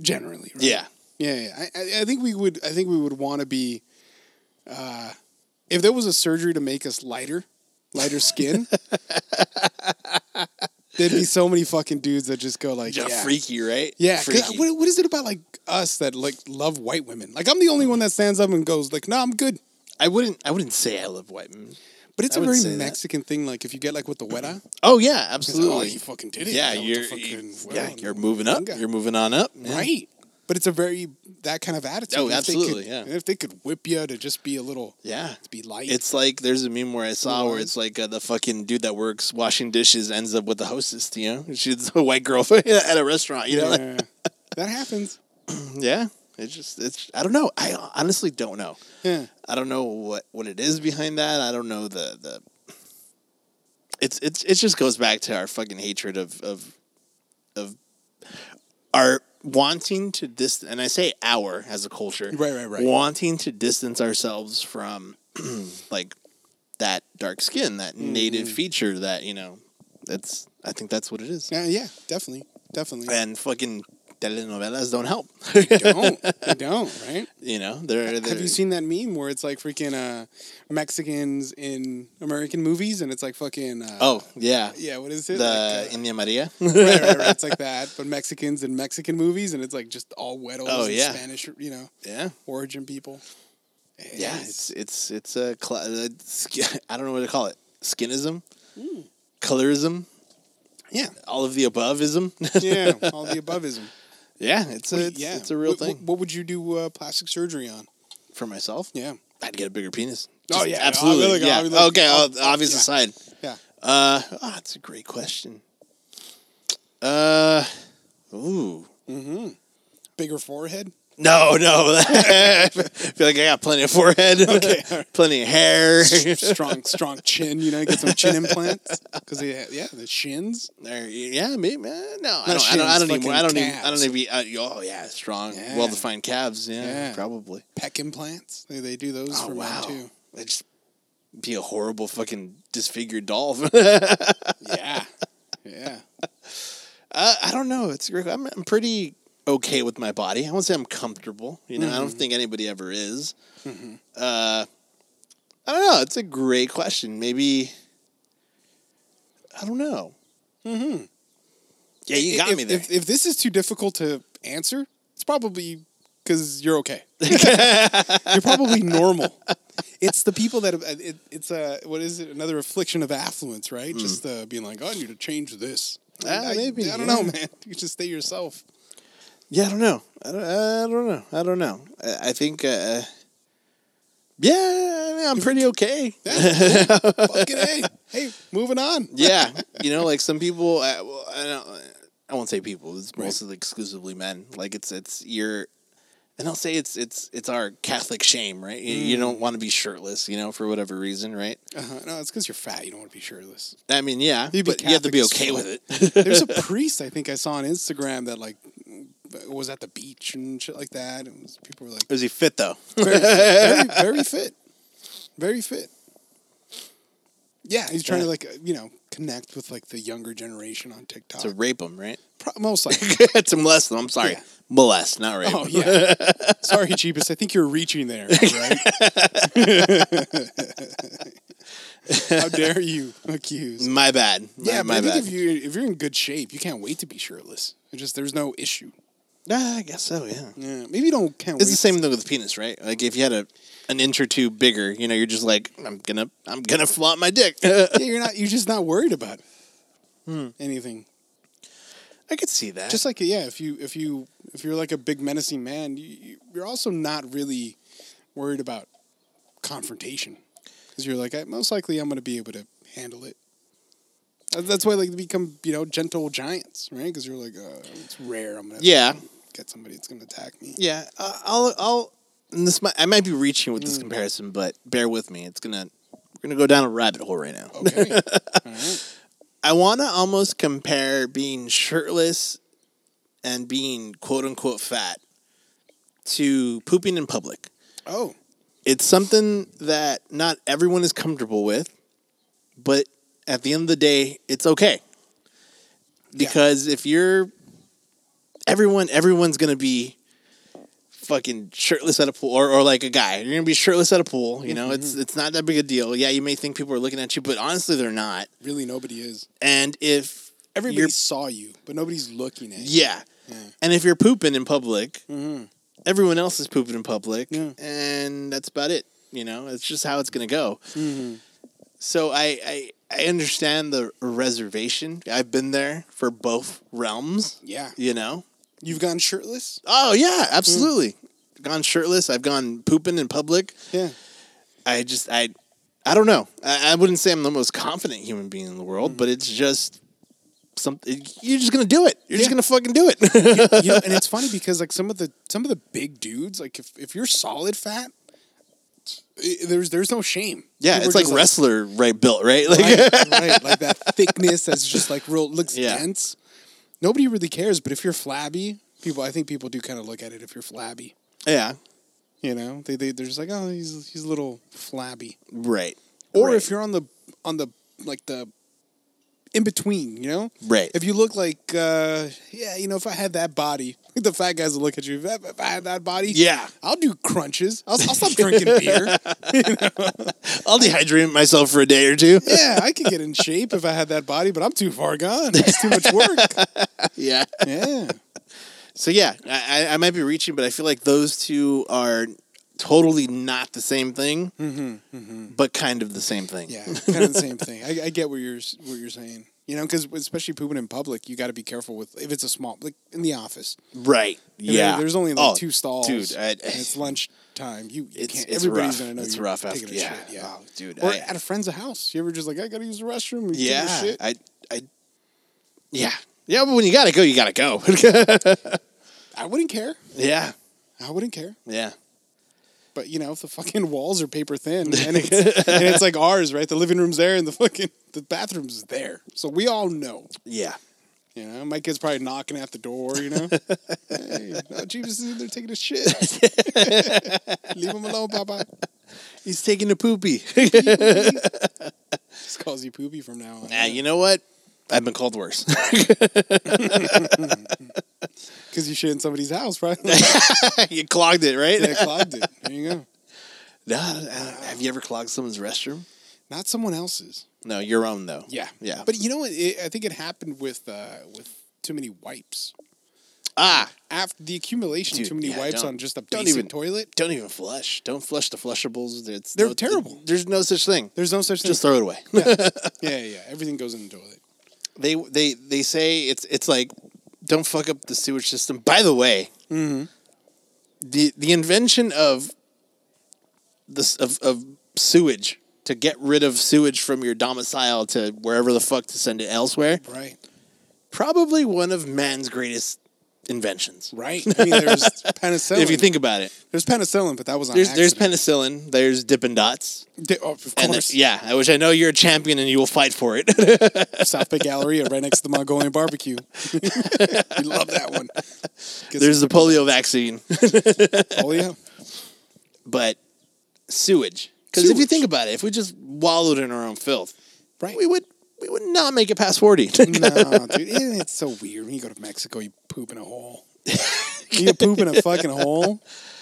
S3: generally, right?
S2: Yeah,
S3: Yeah, yeah. I- I, I think we would. I think we would want to be. Uh, if there was a surgery to make us lighter, lighter skin, there'd be so many fucking dudes that just go like,
S2: Just
S3: yeah,
S2: freaky, right?
S3: yeah. 'cause
S2: freaky.
S3: What, what is it about like us that like love white women? Like I'm the only one that stands up and goes like, no, I'm good.
S2: I wouldn't. I wouldn't say I love white men.
S3: But it's
S2: I
S3: a
S2: would
S3: very
S2: say that.
S3: Mexican thing. Like if you get like with the wet eye, it's
S2: Oh yeah,
S3: like,
S2: absolutely.
S3: oh, you fucking did it.
S2: yeah,
S3: you know,
S2: you're.
S3: with the fucking wet
S2: yeah,
S3: eye.
S2: you're moving up.
S3: Manga.
S2: You're moving on up. Yeah.
S3: right. But it's a very that kind of attitude.
S2: Oh,
S3: If they could-
S2: absolutely, yeah.
S3: If they could whip you to just be a little,
S2: Yeah.
S3: to be light.
S2: It's like there's a meme where I saw where it's like uh, the fucking dude that works washing dishes ends up with the hostess, you know? She's a white girl at a restaurant, you know? Like,
S3: Yeah. that happens.
S2: yeah. It's just it's I don't know. I honestly don't know.
S3: Yeah.
S2: I don't know what what it is behind that. I don't know the the. It's it's it just goes back to our fucking hatred of of of our wanting to dis and I say our as a culture
S3: Right, right, right.
S2: wanting to distance ourselves from like that dark skin that
S3: Mm-hmm.
S2: native feature that you know that's I think that's what it is
S3: Yeah, yeah, definitely. Definitely.
S2: and fucking telenovelas don't help
S3: They don't. They don't, right?
S2: you know they're, they're
S3: Have you seen that meme where it's like freaking uh, Mexicans in American movies and it's like fucking uh,
S2: oh yeah
S3: yeah, what is it?
S2: the
S3: Like, uh,
S2: India Maria
S3: right, right, right. It's like that, but Mexicans in Mexican movies and it's like just all wedos
S2: Oh,
S3: and
S2: yeah.
S3: Spanish, you know,
S2: yeah
S3: origin people.
S2: Yeah, it's it's it's a cla- uh, sk- I don't know what to call it. Skinism,
S3: Hmm.
S2: colorism,
S3: Yeah.
S2: all of the aboveism.
S3: Yeah, all the aboveism.
S2: yeah, it's a it's,
S3: yeah.
S2: it's a real
S3: What-
S2: thing
S3: What, what would you do uh, plastic surgery on?
S2: for myself.
S3: Yeah.
S2: I'd get a bigger penis.
S3: Oh, yeah, I'll
S2: absolutely.
S3: be like-
S2: yeah.
S3: I'll be like-
S2: okay,
S3: I'll-
S2: obvious
S3: yeah.
S2: aside.
S3: Yeah.
S2: Uh, ah, that's a great question. Uh, ooh.
S3: Bigger forehead?
S2: No, no. I feel like I got plenty of forehead,
S3: Okay, all right.
S2: plenty of hair.
S3: strong, strong chin. You know, get some chin implants because yeah, yeah, the shins.
S2: There, yeah, maybe. man. No, I don't. I
S3: Not
S2: don't, I
S3: shins,
S2: don't even. I
S3: fucking
S2: don't even. I
S3: calves.
S2: don't even. I, oh yeah, strong,
S3: Yeah.
S2: well-defined calves. Yeah,
S3: Yeah.
S2: probably.
S3: Pec implants. They, they do those
S2: Oh
S3: for
S2: wow,
S3: men too.
S2: I'd just be a horrible fucking disfigured doll.
S3: Yeah, yeah.
S2: I, I don't know. It's a great. I'm, I'm pretty okay with my body. I won't say I'm comfortable. You know, I don't think anybody ever is. Mm-hmm. Uh, I don't know. It's a great question. Maybe. I don't know. Mm-hmm. Yeah, you got
S3: if,
S2: me there.
S3: If, if this is too difficult to answer, it's probably because you're okay. you're probably normal. It's the people that have, uh, it, it's a what is it? Another affliction of affluence, right? Just uh, being like, oh, I need to change this.
S2: Hmm. Ah,
S3: I,
S2: maybe,
S3: I, don't
S2: yeah.
S3: know, man. You just stay yourself.
S2: Yeah, I don't know. I don't, I don't know. I don't know. I, I think, uh, yeah, I mean, I'm pretty okay.
S3: Fucking hey, hey, moving on.
S2: Yeah, you know, like some people. I, well, I don't. I won't say people. It's mostly exclusively men. Like it's it's your, and I'll say it's it's it's our Catholic shame, right? You,
S3: Mm.
S2: you don't want to be shirtless, you know, for whatever reason, right?
S3: Uh-huh. No, it's because you're fat. You don't want to be shirtless.
S2: I mean, yeah,
S3: You'd be
S2: but you have to
S3: Catholic
S2: be
S3: as
S2: okay
S3: fuck.
S2: with it.
S3: There's a priest I think I saw on Instagram that like was at the beach and shit like that, and was, people were like
S2: Is he fit though?
S3: very, very, very fit, very fit. Yeah, he's trying to like uh, you know connect with like the younger generation on TikTok.
S2: to rape him, right?
S3: Pro- most likely.
S2: to molest them. I'm sorry,
S3: Yeah.
S2: molest, not rape.
S3: Oh yeah. Sorry, Jeebus. I think you're reaching there. Right? How dare you accuse?
S2: My bad. My-
S3: Yeah,
S2: my
S3: but I
S2: bad.
S3: think if you if you're in good shape, you can't wait to be shirtless. It just there's no issue.
S2: Ah, I guess so. Yeah.
S3: Yeah, maybe you don't count.
S2: It's the
S3: waist.
S2: same thing with the penis, right? Like if you had a an inch or two bigger, you know, you're just like, I'm gonna, I'm gonna flaunt my dick. I
S3: Yeah, you're not. You're just not worried about
S2: Hmm.
S3: anything.
S2: could see that.
S3: Just like yeah, if you if you if you're like a big menacing man, you- you, you're also not really worried about confrontation because you're like I, most likely I'm going to be able to handle it. That- That's why like they become you know gentle giants, right? Because you're like uh, it's rare. I'm gonna
S2: yeah,
S3: get somebody that's going to attack me.
S2: yeah. Uh, I'll, I'll. And this might, I might be reaching with this comparison, but bear with me. It's gonna, we're gonna go down a rabbit hole right now.
S3: Okay, all right.
S2: I want to almost compare being shirtless and being quote unquote fat to pooping in public.
S3: Oh,
S2: It's something that not everyone is comfortable with, but at the end of the day, it's okay. Because if you're everyone, everyone's gonna be fucking shirtless at a pool or, or like a guy. You're gonna be shirtless at a pool, you know, it's it's not that big a deal. Yeah, you may think people are looking at you, but honestly they're not.
S3: really? Nobody is.
S2: And if
S3: Everybody
S2: you're-
S3: saw you, but nobody's looking at Mm-hmm. you.
S2: yeah. And if you're pooping in public, everyone else is pooping in public,
S3: Yeah.
S2: and that's about it. You know, it's just how it's going to go.
S3: Mm-hmm.
S2: So I, I I understand the reservation. I've been there for both realms.
S3: Yeah.
S2: You know.
S3: You've gone shirtless.
S2: Oh
S3: Hmm.
S2: yeah, absolutely. Gone shirtless. I've gone pooping in public.
S3: Yeah.
S2: I just I I don't know. I, I wouldn't say I'm the most confident human being in the
S3: Hmm.
S2: world, but it's just something. You're just gonna do it. You're just
S3: Yeah.
S2: gonna fucking do it.
S3: you know, and it's funny because like some of the some of the big dudes, like if, if you're solid fat, i- there's there's no shame.
S2: Yeah,
S3: People
S2: it's
S3: are
S2: like
S3: just
S2: wrestler right built, right? Like
S3: right, right, like that thickness that's just like real looks
S2: Yeah.
S3: dense. Nobody really cares, but if you're flabby, people I think people do kind of look at it if you're flabby.
S2: yeah,
S3: You know, they, they they're just like oh he's he's a little flabby.
S2: right.
S3: Or
S2: Right.
S3: if you're on the on the like the in between, you know,
S2: Right.
S3: If you look like uh, yeah, you know, if I had that body, the fat guys will look at you. If I, if I had that body,
S2: yeah,
S3: I'll do crunches. I'll, I'll stop drinking beer.
S2: I'll dehydrate myself for a day or two.
S3: Yeah, I could get in shape if I had that body, but I'm too far gone. It's too much work.
S2: yeah.
S3: Yeah.
S2: So yeah, I, I- I might be reaching, but I feel like those two are totally not the same thing, but kind of the same thing.
S3: Mm-hmm, Yeah, kind of the same thing. I, I get what you're s- what you're saying. You know, because especially pooping in public, you got to be careful with if it's a small, like in the office.
S2: Right.
S3: You know,
S2: Yeah.
S3: there's only like
S2: Oh,
S3: two stalls,
S2: dude. I,
S3: and it's lunch time. You, you
S2: it's
S3: can't.
S2: it's
S3: everybody's
S2: rough.
S3: gonna know
S2: It's
S3: you're
S2: rough
S3: taking
S2: after.
S3: a
S2: Yeah.
S3: shit. Yeah.
S2: Oh, dude.
S3: Or
S2: I-
S3: at a friend's house, you ever just like I gotta use the restroom. You yeah,
S2: yeah.
S3: shit.
S2: I. I. Yeah. Yeah, but when you gotta go, you gotta go.
S3: I wouldn't care.
S2: yeah.
S3: I wouldn't care.
S2: Yeah.
S3: But you know, if the fucking walls are paper thin, and it's, and it's like ours, right? The living room's there, and the fucking the bathroom's there. So we all know.
S2: Yeah.
S3: You know, my kid's probably knocking at the door. You know, hey, no, Jesus is in there taking a shit. Leave him alone, Papa.
S2: He's taking a poopy.
S3: Just calls you poopy from now on.
S2: Nah, you know what? I've been called worse.
S3: because you shit in somebody's house, probably.
S2: you clogged it, right?
S3: yeah, clogged it. There you go.
S2: Nah, uh, have you ever clogged someone's restroom?
S3: Not someone else's.
S2: No, your own though. yeah.
S3: But you know what? It, I think it happened with uh, with too many wipes.
S2: ah,
S3: After the accumulation,
S2: Dude,
S3: too many
S2: yeah,
S3: wipes
S2: don't-
S3: on just a
S2: don't
S3: basic
S2: even-
S3: toilet.
S2: don't even flush. Don't flush the flushables. It's
S3: They're
S2: no-
S3: terrible.
S2: there's no such thing.
S3: There's no such thing.
S2: Just throw it away.
S3: yeah, yeah. Everything goes in the toilet.
S2: they they they say it's it's like don't fuck up the sewage system. By the way,
S3: Mm-hmm.
S2: the the invention of this of of sewage to get rid of sewage from your domicile to wherever the fuck to send it elsewhere
S3: Right.
S2: probably one of man's greatest inventions.
S3: Right. I mean, there's penicillin.
S2: If you think about it,
S3: there's penicillin, but that was on
S2: there's there's
S3: accident.
S2: penicillin, there's Dippin' Dots,
S3: Di- oh, of
S2: and there-
S3: course.
S2: yeah, I wish I know you're a champion and you will fight for it.
S3: South Bay Galleria, right next to the Mongolian barbecue. we love that one. Get
S2: there's the polio vaccine,
S3: some polio.
S2: but sewage. Because if you
S3: Sewage.
S2: think about it, if we just wallowed in our own filth,
S3: Right.
S2: we would we would not make it past forty.
S3: No, dude, it- it's so weird. When you go to Mexico, you poop in a hole. you poop in a fucking hole.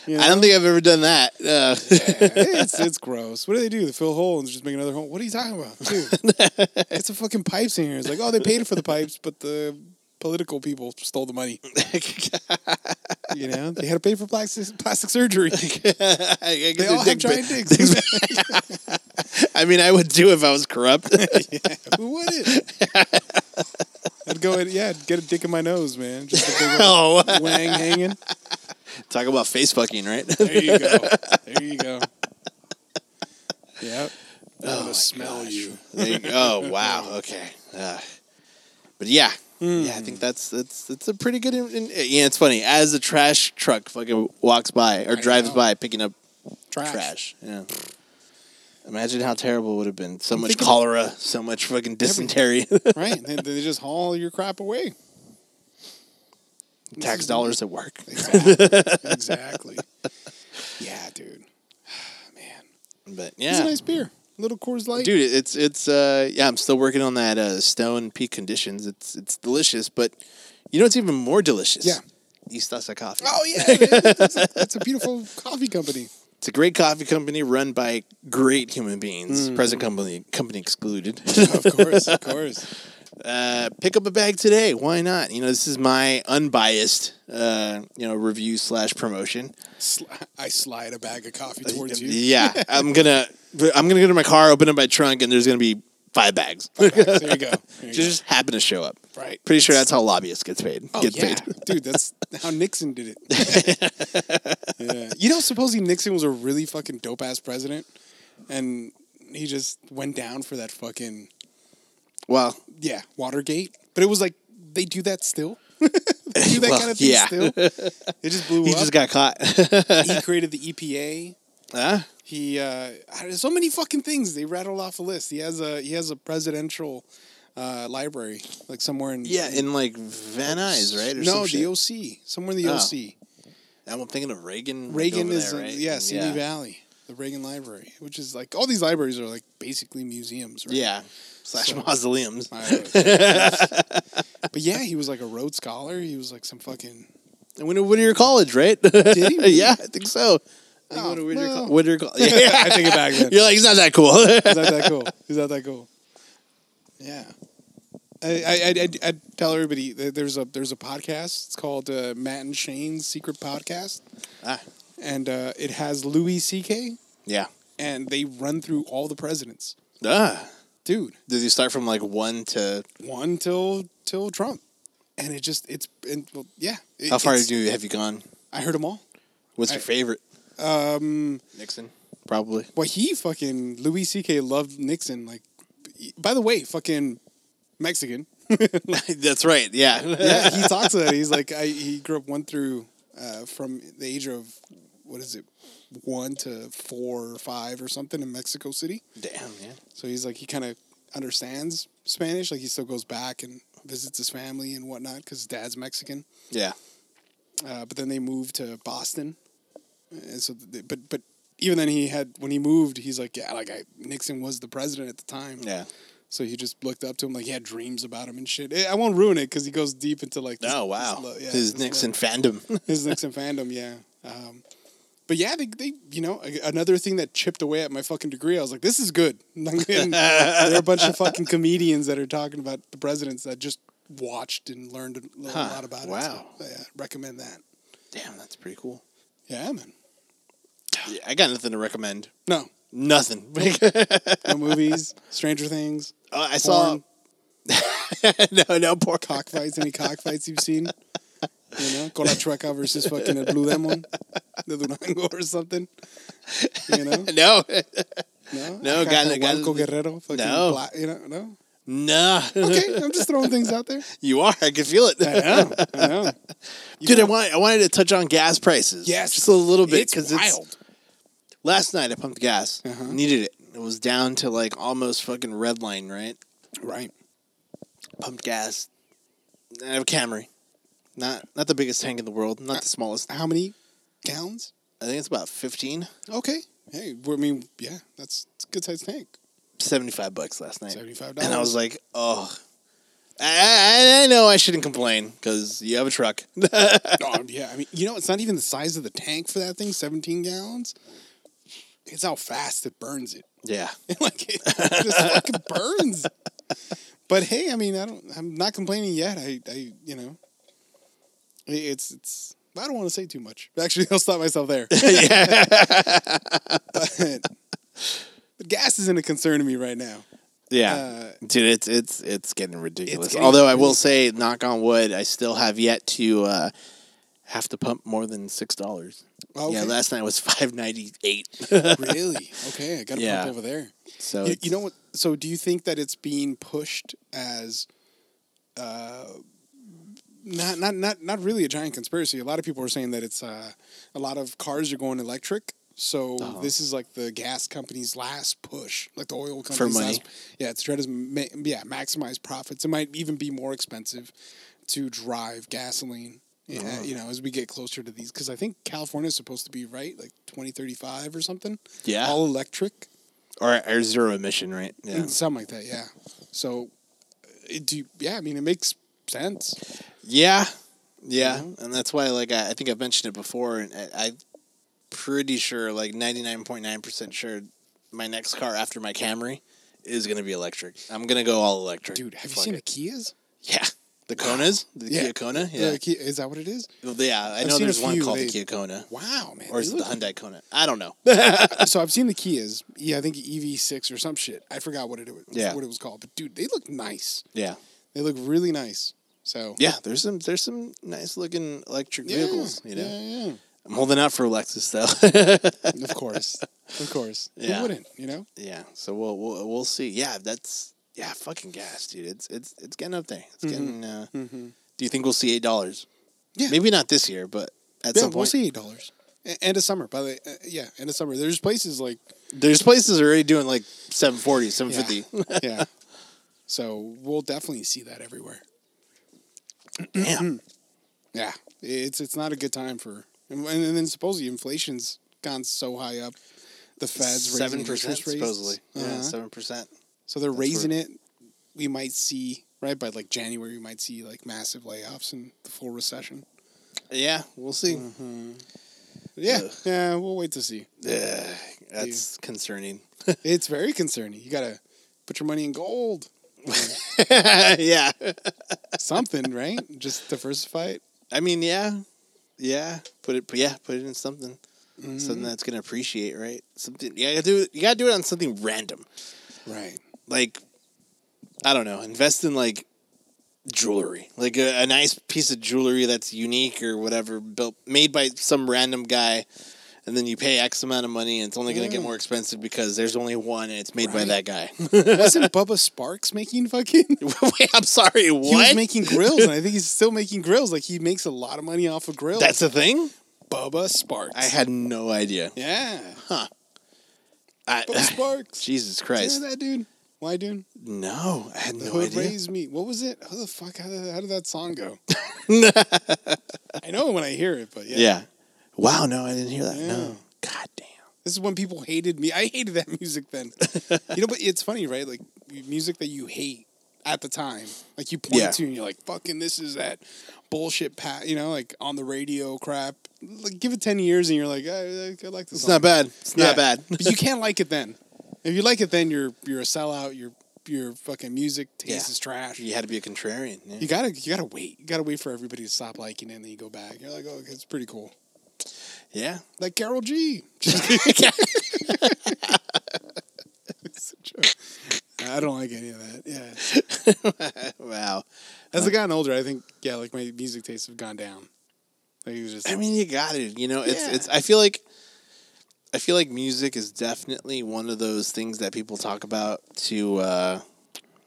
S3: You know?
S2: I don't think I've ever done that. Uh,
S3: it's, it's gross. What do they do? They fill a hole and just make another hole. What are you talking about, dude? it's the fucking pipes in here. It's like, oh, they paid for the pipes, but the political people stole the money. you know, they had to pay for plastic, plastic surgery.
S2: I, I guess
S3: They
S2: they're
S3: all have
S2: dick
S3: giant
S2: pic-
S3: dicks.
S2: I mean, I would do if I was corrupt.
S3: Who would it? I'd go in, yeah, I'd get a dick in my nose, man. Just a big old
S2: oh,
S3: wang hanging.
S2: talk about face fucking, right?
S3: There you go. There you go. Yep. I'm gonna smell you.
S2: There you go. Oh wow. Okay. Uh, but yeah, yeah. I think that's that's that's a pretty good. In, in- yeah, it's funny as the trash truck fucking walks by or drives
S3: know.
S2: by picking up
S3: Trash.
S2: trash. Yeah. Imagine how terrible it would have been. So much
S3: thinking-
S2: cholera, so much fucking dysentery,
S3: Right. And then they just haul your crap away.
S2: tax dollars at work.
S3: Exactly. yeah, dude. Man.
S2: But
S3: It's a
S2: yeah,
S3: nice beer. Little Coors Light.
S2: dude, it's it's uh yeah. I'm still working on that uh, stone peak conditions. It's it's delicious, but you know it's even more delicious.
S3: Yeah.
S2: East Asa Coffee.
S3: Oh yeah, it's a, it's a beautiful coffee company.
S2: It's a great coffee company run by great human beings.
S3: Mm.
S2: Present company company excluded.
S3: Of course, of course.
S2: uh, pick up a bag today. Why not? You know, this is my unbiased, uh, you know, review slash promotion.
S3: Sli- I slide a bag of coffee towards you.
S2: Yeah, I'm gonna I'm gonna go to my car, open up my trunk, and there's gonna be five bags.
S3: There you go. There you
S2: Just happen to show up.
S3: go. Right.
S2: Pretty sure that's how lobbyists gets paid.
S3: Oh,
S2: gets
S3: yeah.
S2: paid.
S3: Dude, that's how Nixon did it. Yeah. You know, supposedly Nixon was a really fucking dope ass president and he just went down for that fucking
S2: Well,
S3: yeah, Watergate. But it was like they do that still. they do that
S2: Well,
S3: kind of thing
S2: yeah.
S3: still. It just blew
S2: he
S3: up.
S2: just got caught.
S3: he created the EPA.
S2: huh?
S3: He uh, I- so many fucking things. They rattled off a list. He has a he has a presidential uh, library like somewhere in
S2: Yeah, in like Van Nuys, right? Or
S3: no
S2: some
S3: the
S2: shit.
S3: OC somewhere in the
S2: Oh.
S3: OC.
S2: I'm thinking of Reagan.
S3: Reagan
S2: over
S3: is
S2: there,
S3: in-
S2: right?
S3: yeah, Simi
S2: yeah.
S3: Valley, the Reagan Library, which is like all these libraries are like basically museums, right?
S2: Yeah. Slash
S3: So-
S2: mausoleums.
S3: I- but yeah, he was like a Rhodes Scholar. He was like some fucking
S2: I went to Whittier College, right?
S3: he?
S2: yeah, I think so. I think he
S3: Oh,
S2: went to Whittier,
S3: well.
S2: Col- Whittier College. Yeah.
S3: I take it back then.
S2: You're like, he's not that cool.
S3: He's not that cool. He's not that cool. Yeah. I I I I tell everybody that there's a there's a podcast. It's called uh, Matt and Shane's Secret Podcast,
S2: ah,
S3: and uh, it has Louis C.K.
S2: yeah.
S3: and they run through all the presidents,
S2: Ah.
S3: dude.
S2: Did you start from like one to
S3: one till till Trump, and it just it's and well, yeah. It,
S2: how far
S3: it's-
S2: did you have you gone?
S3: I heard them all.
S2: What's your
S3: I-
S2: favorite?
S3: Um,
S2: Nixon, probably.
S3: well, he fucking Louis C.K. loved Nixon. Like, by the way, fucking Mexican.
S2: That's right. Yeah.
S3: yeah, he talks about it. He's like, I he grew up one through uh, from the age of what is it, one to four or five or something in Mexico City.
S2: Damn. Yeah.
S3: So he's like he kind of understands Spanish. Like he still goes back and visits his family and whatnot because his dad's Mexican.
S2: Yeah.
S3: uh, but then they moved to Boston, and so th- they, but but even then he had when he moved he's like yeah like I Nixon was the president at the time
S2: Yeah.
S3: so he just looked up to him like he had dreams about him and shit Eh, I won't ruin it because he goes deep into like this-
S2: Oh
S3: this
S2: wow.
S3: lo- yeah,
S2: His
S3: this
S2: Nixon
S3: lo-
S2: fandom.
S3: his Nixon fandom yeah um, but yeah they, they you know a- another thing that chipped away at my fucking degree I was like this is good And there are a bunch of fucking comedians that are talking about the presidents that just watched and learned a little-
S2: Huh,
S3: lot about
S2: wow.
S3: it so, yeah recommend that
S2: Damn, that's pretty cool.
S3: yeah man.
S2: Yeah, I got nothing to recommend.
S3: No,
S2: Nothing.
S3: no movies. Stranger Things,
S2: Oh, I saw. no, no, poor cock.
S3: cockfights. Any cockfights you've seen? You know, Colachueca versus fucking El Blue Demon, the Durango or something. You know,
S2: No,
S3: no,
S2: No,
S3: Acá
S2: got- got-
S3: Juanco Guerrero, fucking
S2: No.
S3: Bla- you know, no.
S2: no.
S3: Okay, I'm just throwing things out there.
S2: You are. I can feel it.
S3: I know, I know.
S2: Dude, I, want, I wanted to touch on gas prices.
S3: Yes.
S2: Just a little bit. because
S3: wild. Uh-huh.
S2: Last night I pumped gas. Needed it. It was down to like almost fucking red line, right?
S3: right.
S2: Pumped gas. I have a Camry. Not not the biggest tank in the world,
S3: Uh,
S2: not the smallest.
S3: How many gallons?
S2: I think it's about 15.
S3: Okay. Hey, well, I mean, yeah, that's it's a good sized tank.
S2: 75 bucks last night.
S3: $75.
S2: And I was like, oh. I, I, I know I shouldn't complain because you have a truck.
S3: Oh, yeah, I mean, you know, it's not even the size of the tank for that thing, 17 gallons. It's how fast it burns it.
S2: yeah.
S3: like, it just fucking burns. But hey, I mean, I don't. I'm not complaining yet. I, I you know, i- it's it's. I don't want to say too much. Actually, I'll stop myself there.
S2: yeah.
S3: but, but gas isn't a concern to me right now.
S2: Yeah.
S3: Uh,
S2: Dude, it's it's it's getting ridiculous.
S3: getting
S2: Although I will say, knock on wood, I still have yet to uh, have to pump more than six dollars.
S3: Oh,
S2: Yeah,
S3: okay.
S2: last night was five ninety eight.
S3: really? Okay, I got to
S2: Yeah.
S3: pump over there.
S2: so
S3: You,
S2: it's-
S3: you know what? So, do you think that it's being pushed as, uh, not not not not really a giant conspiracy? A lot of people are saying that it's uh, a lot of cars are going electric. So
S2: Uh-huh.
S3: this is like the gas company's last push, like the oil company's
S2: money.
S3: last. Yeah, to try to ma- yeah maximize profits. It might even be more expensive to drive gasoline. Yeah,
S2: Uh-huh.
S3: you know, as we get closer to these, because I think California is supposed to be right, like twenty thirty five or something.
S2: Yeah.
S3: all electric
S2: or, or zero emission, right? Yeah.
S3: something like that. Yeah. So, it, do you, yeah. I mean, it makes sense.
S2: Yeah, yeah,
S3: Mm-hmm.
S2: and that's why, like, I, I think I've mentioned it before, and I, I'm pretty sure, like, ninety nine point nine percent sure, my next car after my Camry is gonna be electric. I'm gonna go all electric,
S3: Dude, have you
S2: Fuck
S3: seen
S2: it.
S3: the Kias?
S2: Yeah, the Konas, the
S3: Yeah.
S2: Kia Kona.
S3: Yeah.
S2: Yeah,
S3: The Kia, is that what it is?
S2: Well, yeah. I
S3: I've
S2: know
S3: seen a
S2: there's one
S3: few,
S2: called
S3: they-
S2: the Kia Kona,
S3: Wow, man.
S2: or
S3: they
S2: is it the
S3: look-
S2: Hyundai Kona? I don't know.
S3: so I've seen the Kias. Yeah, I think EV6 or some shit. I forgot what it was.
S2: Yeah.
S3: What it was called. But dude, they look nice.
S2: yeah,
S3: They look really nice. So
S2: yeah. There's some there's some nice looking electric
S3: Yeah,
S2: vehicles. You know,
S3: Yeah,
S2: I'm holding out for Lexus though.
S3: yeah. of course, of course.
S2: Yeah.
S3: Who wouldn't? You know.
S2: Yeah. So we'll we'll, we'll see. Yeah, that's yeah, fucking gas, dude. It's it's it's getting up there. It's getting. Uh, Do you think we'll see eight dollars?
S3: Mm-hmm. Yeah.
S2: Maybe not this year, but at
S3: yeah,
S2: some point.
S3: we'll see eight dollars. And a summer, by the way. Uh, yeah, and a summer. There's places like
S2: There's places already doing like 740,
S3: Yeah.
S2: 750.
S3: yeah. So we'll definitely see that everywhere. Mm-hmm.
S2: Damn.
S3: Yeah, it's it's not a good time for, and, and then supposedly inflation's gone so high up, the Fed's
S2: seven
S3: raising
S2: percent
S3: interest rates.
S2: supposedly. Yeah,
S3: Uh-huh.
S2: seven percent.
S3: so they're
S2: where-
S3: raising it. We might see right by like January, we might see like massive layoffs and the full recession.
S2: Yeah, we'll see.
S3: Mm-hmm. Yeah,
S2: Ugh.
S3: yeah, we'll wait to see.
S2: Yeah, that's concerning.
S3: It's very concerning. You gotta put your money in gold,
S2: yeah.
S3: something, right? Just diversify it.
S2: I mean, yeah, yeah. Put it, yeah, put it in something,
S3: Mm-hmm.
S2: something that's gonna appreciate, right? Something. Yeah, you gotta do. You gotta do it on something random.
S3: Right.
S2: like I don't know, invest in like jewelry, like a, a nice piece of jewelry that's unique or whatever, built made by some random guy, and then you pay X amount of money, and it's only going to get more expensive because there's only one, and it's made by that guy.
S3: Right. Wasn't Bubba Sparks making fucking?
S2: Wait, I'm sorry, what?
S3: He was making grills, and I think he's still making grills. Like he makes a lot of money off of grills.
S2: that's a thing.
S3: Bubba Sparks.
S2: I had no idea.
S3: yeah,
S2: I,
S3: Bubba Sparks.
S2: Jesus
S3: Do you
S2: Christ!
S3: know that dude? Why, dude?
S2: No, I had
S3: The
S2: no
S3: hood
S2: idea.
S3: raised me. What was it? How the fuck? How did, how did that song go? I know it when I hear it, but yeah.
S2: Yeah. Wow. No, I didn't hear that.
S3: Yeah.
S2: No. God damn.
S3: This is when people hated me. I hated that music then. you know, but it's funny, right? Like music that you hate at the time, like you point
S2: Yeah.
S3: to and you're like, "Fucking, this is that bullshit." Pat, you know, like on the radio crap. Like, give it ten years and you're like, I, I like this.
S2: It's
S3: song.
S2: not bad. It's
S3: Yeah.
S2: not bad.
S3: but you can't like it then. If you like it then, you're you're a sellout. Your your fucking music taste
S2: Yeah.
S3: is trash.
S2: you had to be a contrarian. yeah.
S3: You gotta you gotta wait. You gotta wait for everybody to stop liking it, and then you go back. You're like, oh, okay, it's pretty cool.
S2: yeah.
S3: Like Carol G. It's a joke. I don't like any of that. Yeah,
S2: Wow.
S3: as I gotten older, I think yeah, like my music tastes have gone down. Like it was just
S2: I mean, you got it. You know, it's
S3: Yeah.
S2: it's. I feel like, I feel like music is definitely one of those things that people talk about to. Uh,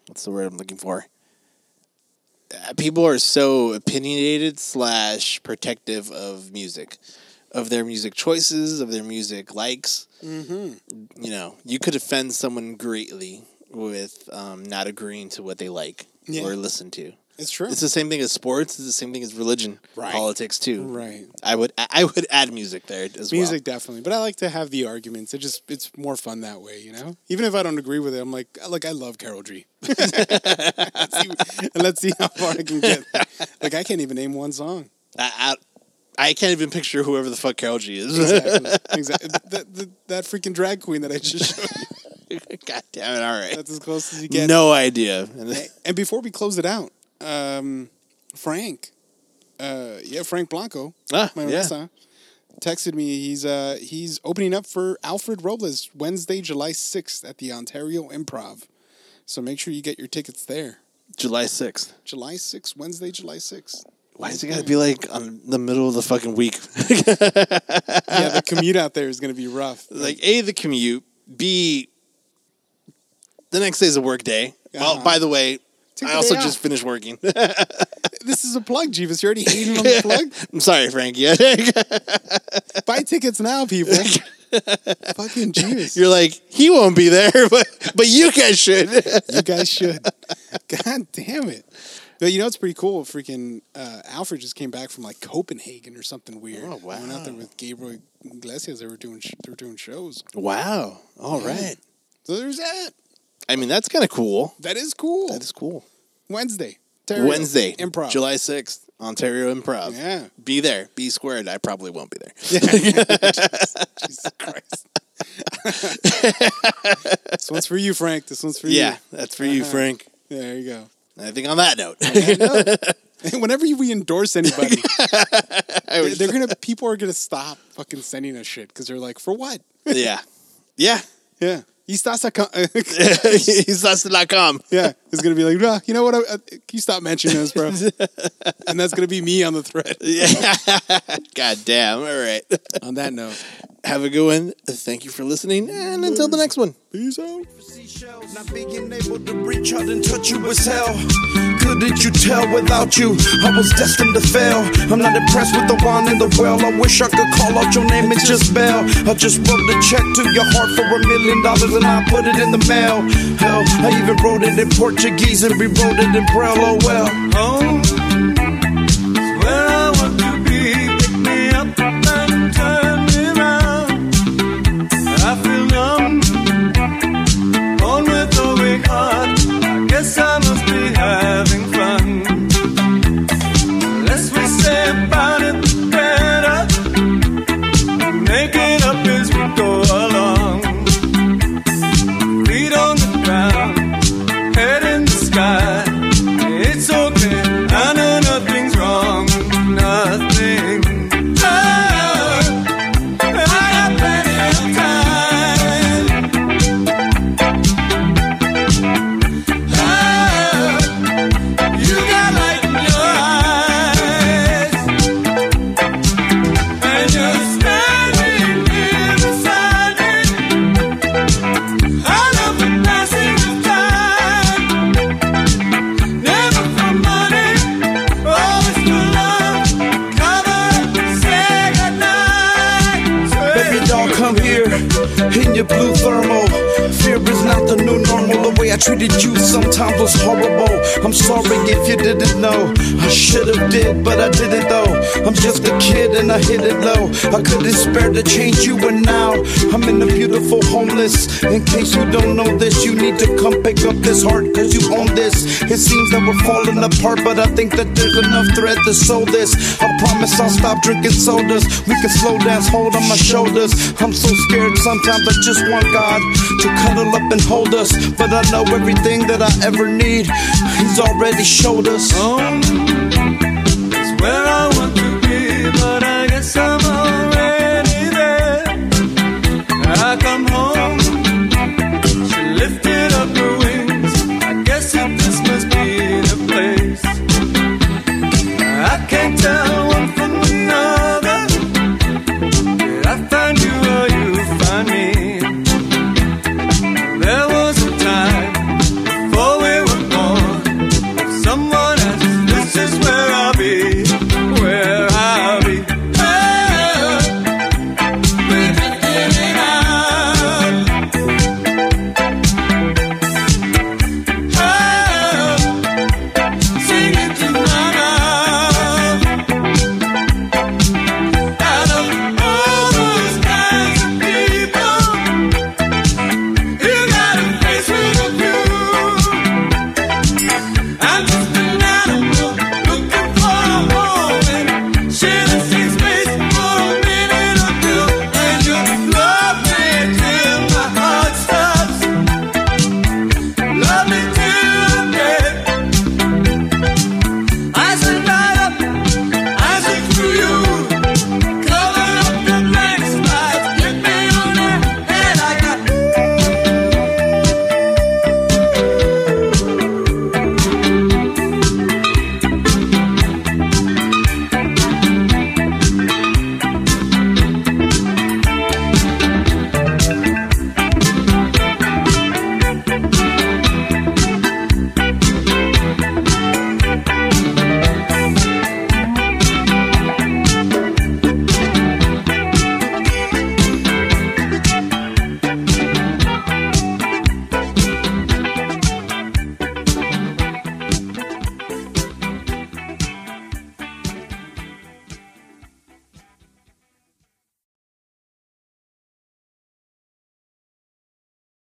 S2: what's the word I'm looking for? Uh, People are so opinionated slash protective of music, of their music choices, of their music likes. Mm-hmm. You know, you could offend someone greatly with um, not agreeing to what they like
S3: Yeah.
S2: or listen to.
S3: it's true.
S2: It's the same thing as sports. It's the same thing as religion,
S3: Right.
S2: politics too.
S3: Right.
S2: I would I- I would add music there as
S3: Music definitely, but I like to have the arguments. It just it's more fun that way, you know. Even if I don't agree with it, I'm like, like I love Carol G. let's see, and let's see how far I can get. Like I can't even name one song.
S2: well. I, I, I can't even picture whoever the fuck Carol G is.
S3: Exactly. exactly. That, that, that freaking drag queen that I just showed.
S2: God damn it! All right.
S3: That's as close as you get.
S2: no idea. And then-
S3: A- And before we close it out, um, Frank, uh, yeah, Frank Blanco,
S2: Ah,
S3: my
S2: yeah.
S3: barista, texted me. He's uh, he's opening up for Alfred Robles Wednesday, July sixth at the Ontario Improv. So make sure you get your tickets there.
S2: July sixth.
S3: July sixth, Wednesday, July sixth.
S2: Why does it gotta be like on the middle of the fucking week?
S3: yeah, the commute out there is going to be rough.
S2: like a the commute, b the next day's a work day. Well,
S3: Uh-huh.
S2: by the way,
S3: Take
S2: I
S3: the
S2: also
S3: day
S2: just
S3: off.
S2: finished working.
S3: This is a plug, Jeeves. You're already hating on the plug.
S2: I'm sorry, Frank. Yeah,
S3: Buy tickets now, people. Fucking Jeeves.
S2: you're like he won't be there, but but you guys should.
S3: You guys should. God damn it. But you know it's pretty cool. Freaking uh, Alfred just came back from like Copenhagen or something weird.
S2: Oh,
S3: I went out there
S2: wow.
S3: with Gabriel Iglesias. They were doing sh- they were doing shows.
S2: Wow. All right.
S3: So there's that.
S2: I mean, that's kind of cool.
S3: That is cool.
S2: That is cool.
S3: Wednesday. Ontario
S2: Wednesday,
S3: Improv.
S2: July sixth, Ontario Improv.
S3: Yeah.
S2: Be there. Be squared. I probably won't be there.
S3: Jesus Christ. this one's for you, Frank. This one's for
S2: Yeah, that's for you,
S3: Uh-huh.
S2: Frank.
S3: you. There you go.
S2: I think on that note,
S3: Whenever you- we endorse anybody,
S2: I
S3: they're,
S2: was-
S3: they're gonna people are gonna stop fucking sending us shit because they're like, for what?
S2: yeah, yeah.
S3: Yeah. Estás acá.
S2: He's less than I come.
S3: Yeah, it's gonna be like, "Nah, you know what? I, I, can you stop mentioning this, bro? and that's gonna be me on the thread.
S2: Yeah. God damn. All right.
S3: On that note,
S2: Have a good one. Thank you for listening, and until the next one.
S3: peace out.
S1: seashells. Not being able to reach out and touch you was hell. Couldn't you tell without you? I was destined to fail. I'm not impressed with the wine in the well. I wish I could call out your name and just bail. I just wrote a check to your heart for a million dollars and I put it in the mail. Hell, I even wrote it in Portuguese and rewrote it in Braille. Oh well. Oh, where I want to be. Pick me up and turn me around. I feel numb. On with the weak heart, I guess I must be having fun. Less we say about it, the better. Make it up as we go along. Feet on the ground, head in the sky. It's okay, I know nothing's wrong, nothing. Oh, I got plenty of time. You got light in your eyes, and you're standing here beside me. I love the passing of time, never for money, always for love. Cover up and say goodnight. Baby doll, come here in your blue thermal. Fear is not the new normal. The way I treated you sometimes was horrible. I'm sorry if you didn't know. I should have did, but I didn't though. I'm just a kid and I hit it low. I couldn't spare to change you, and now I'm in a beautiful homeless. In case you don't know this, you need to come pick up this heart, cause you own this. It seems that we're falling apart, but I think that there's enough thread to sew this. I promise I'll stop drinking sodas. We can slow dance, hold on my shoulders. I'm so scared sometimes I just want God to cuddle up and hold us. But I know everything that I ever need, He's already showed us. Oh,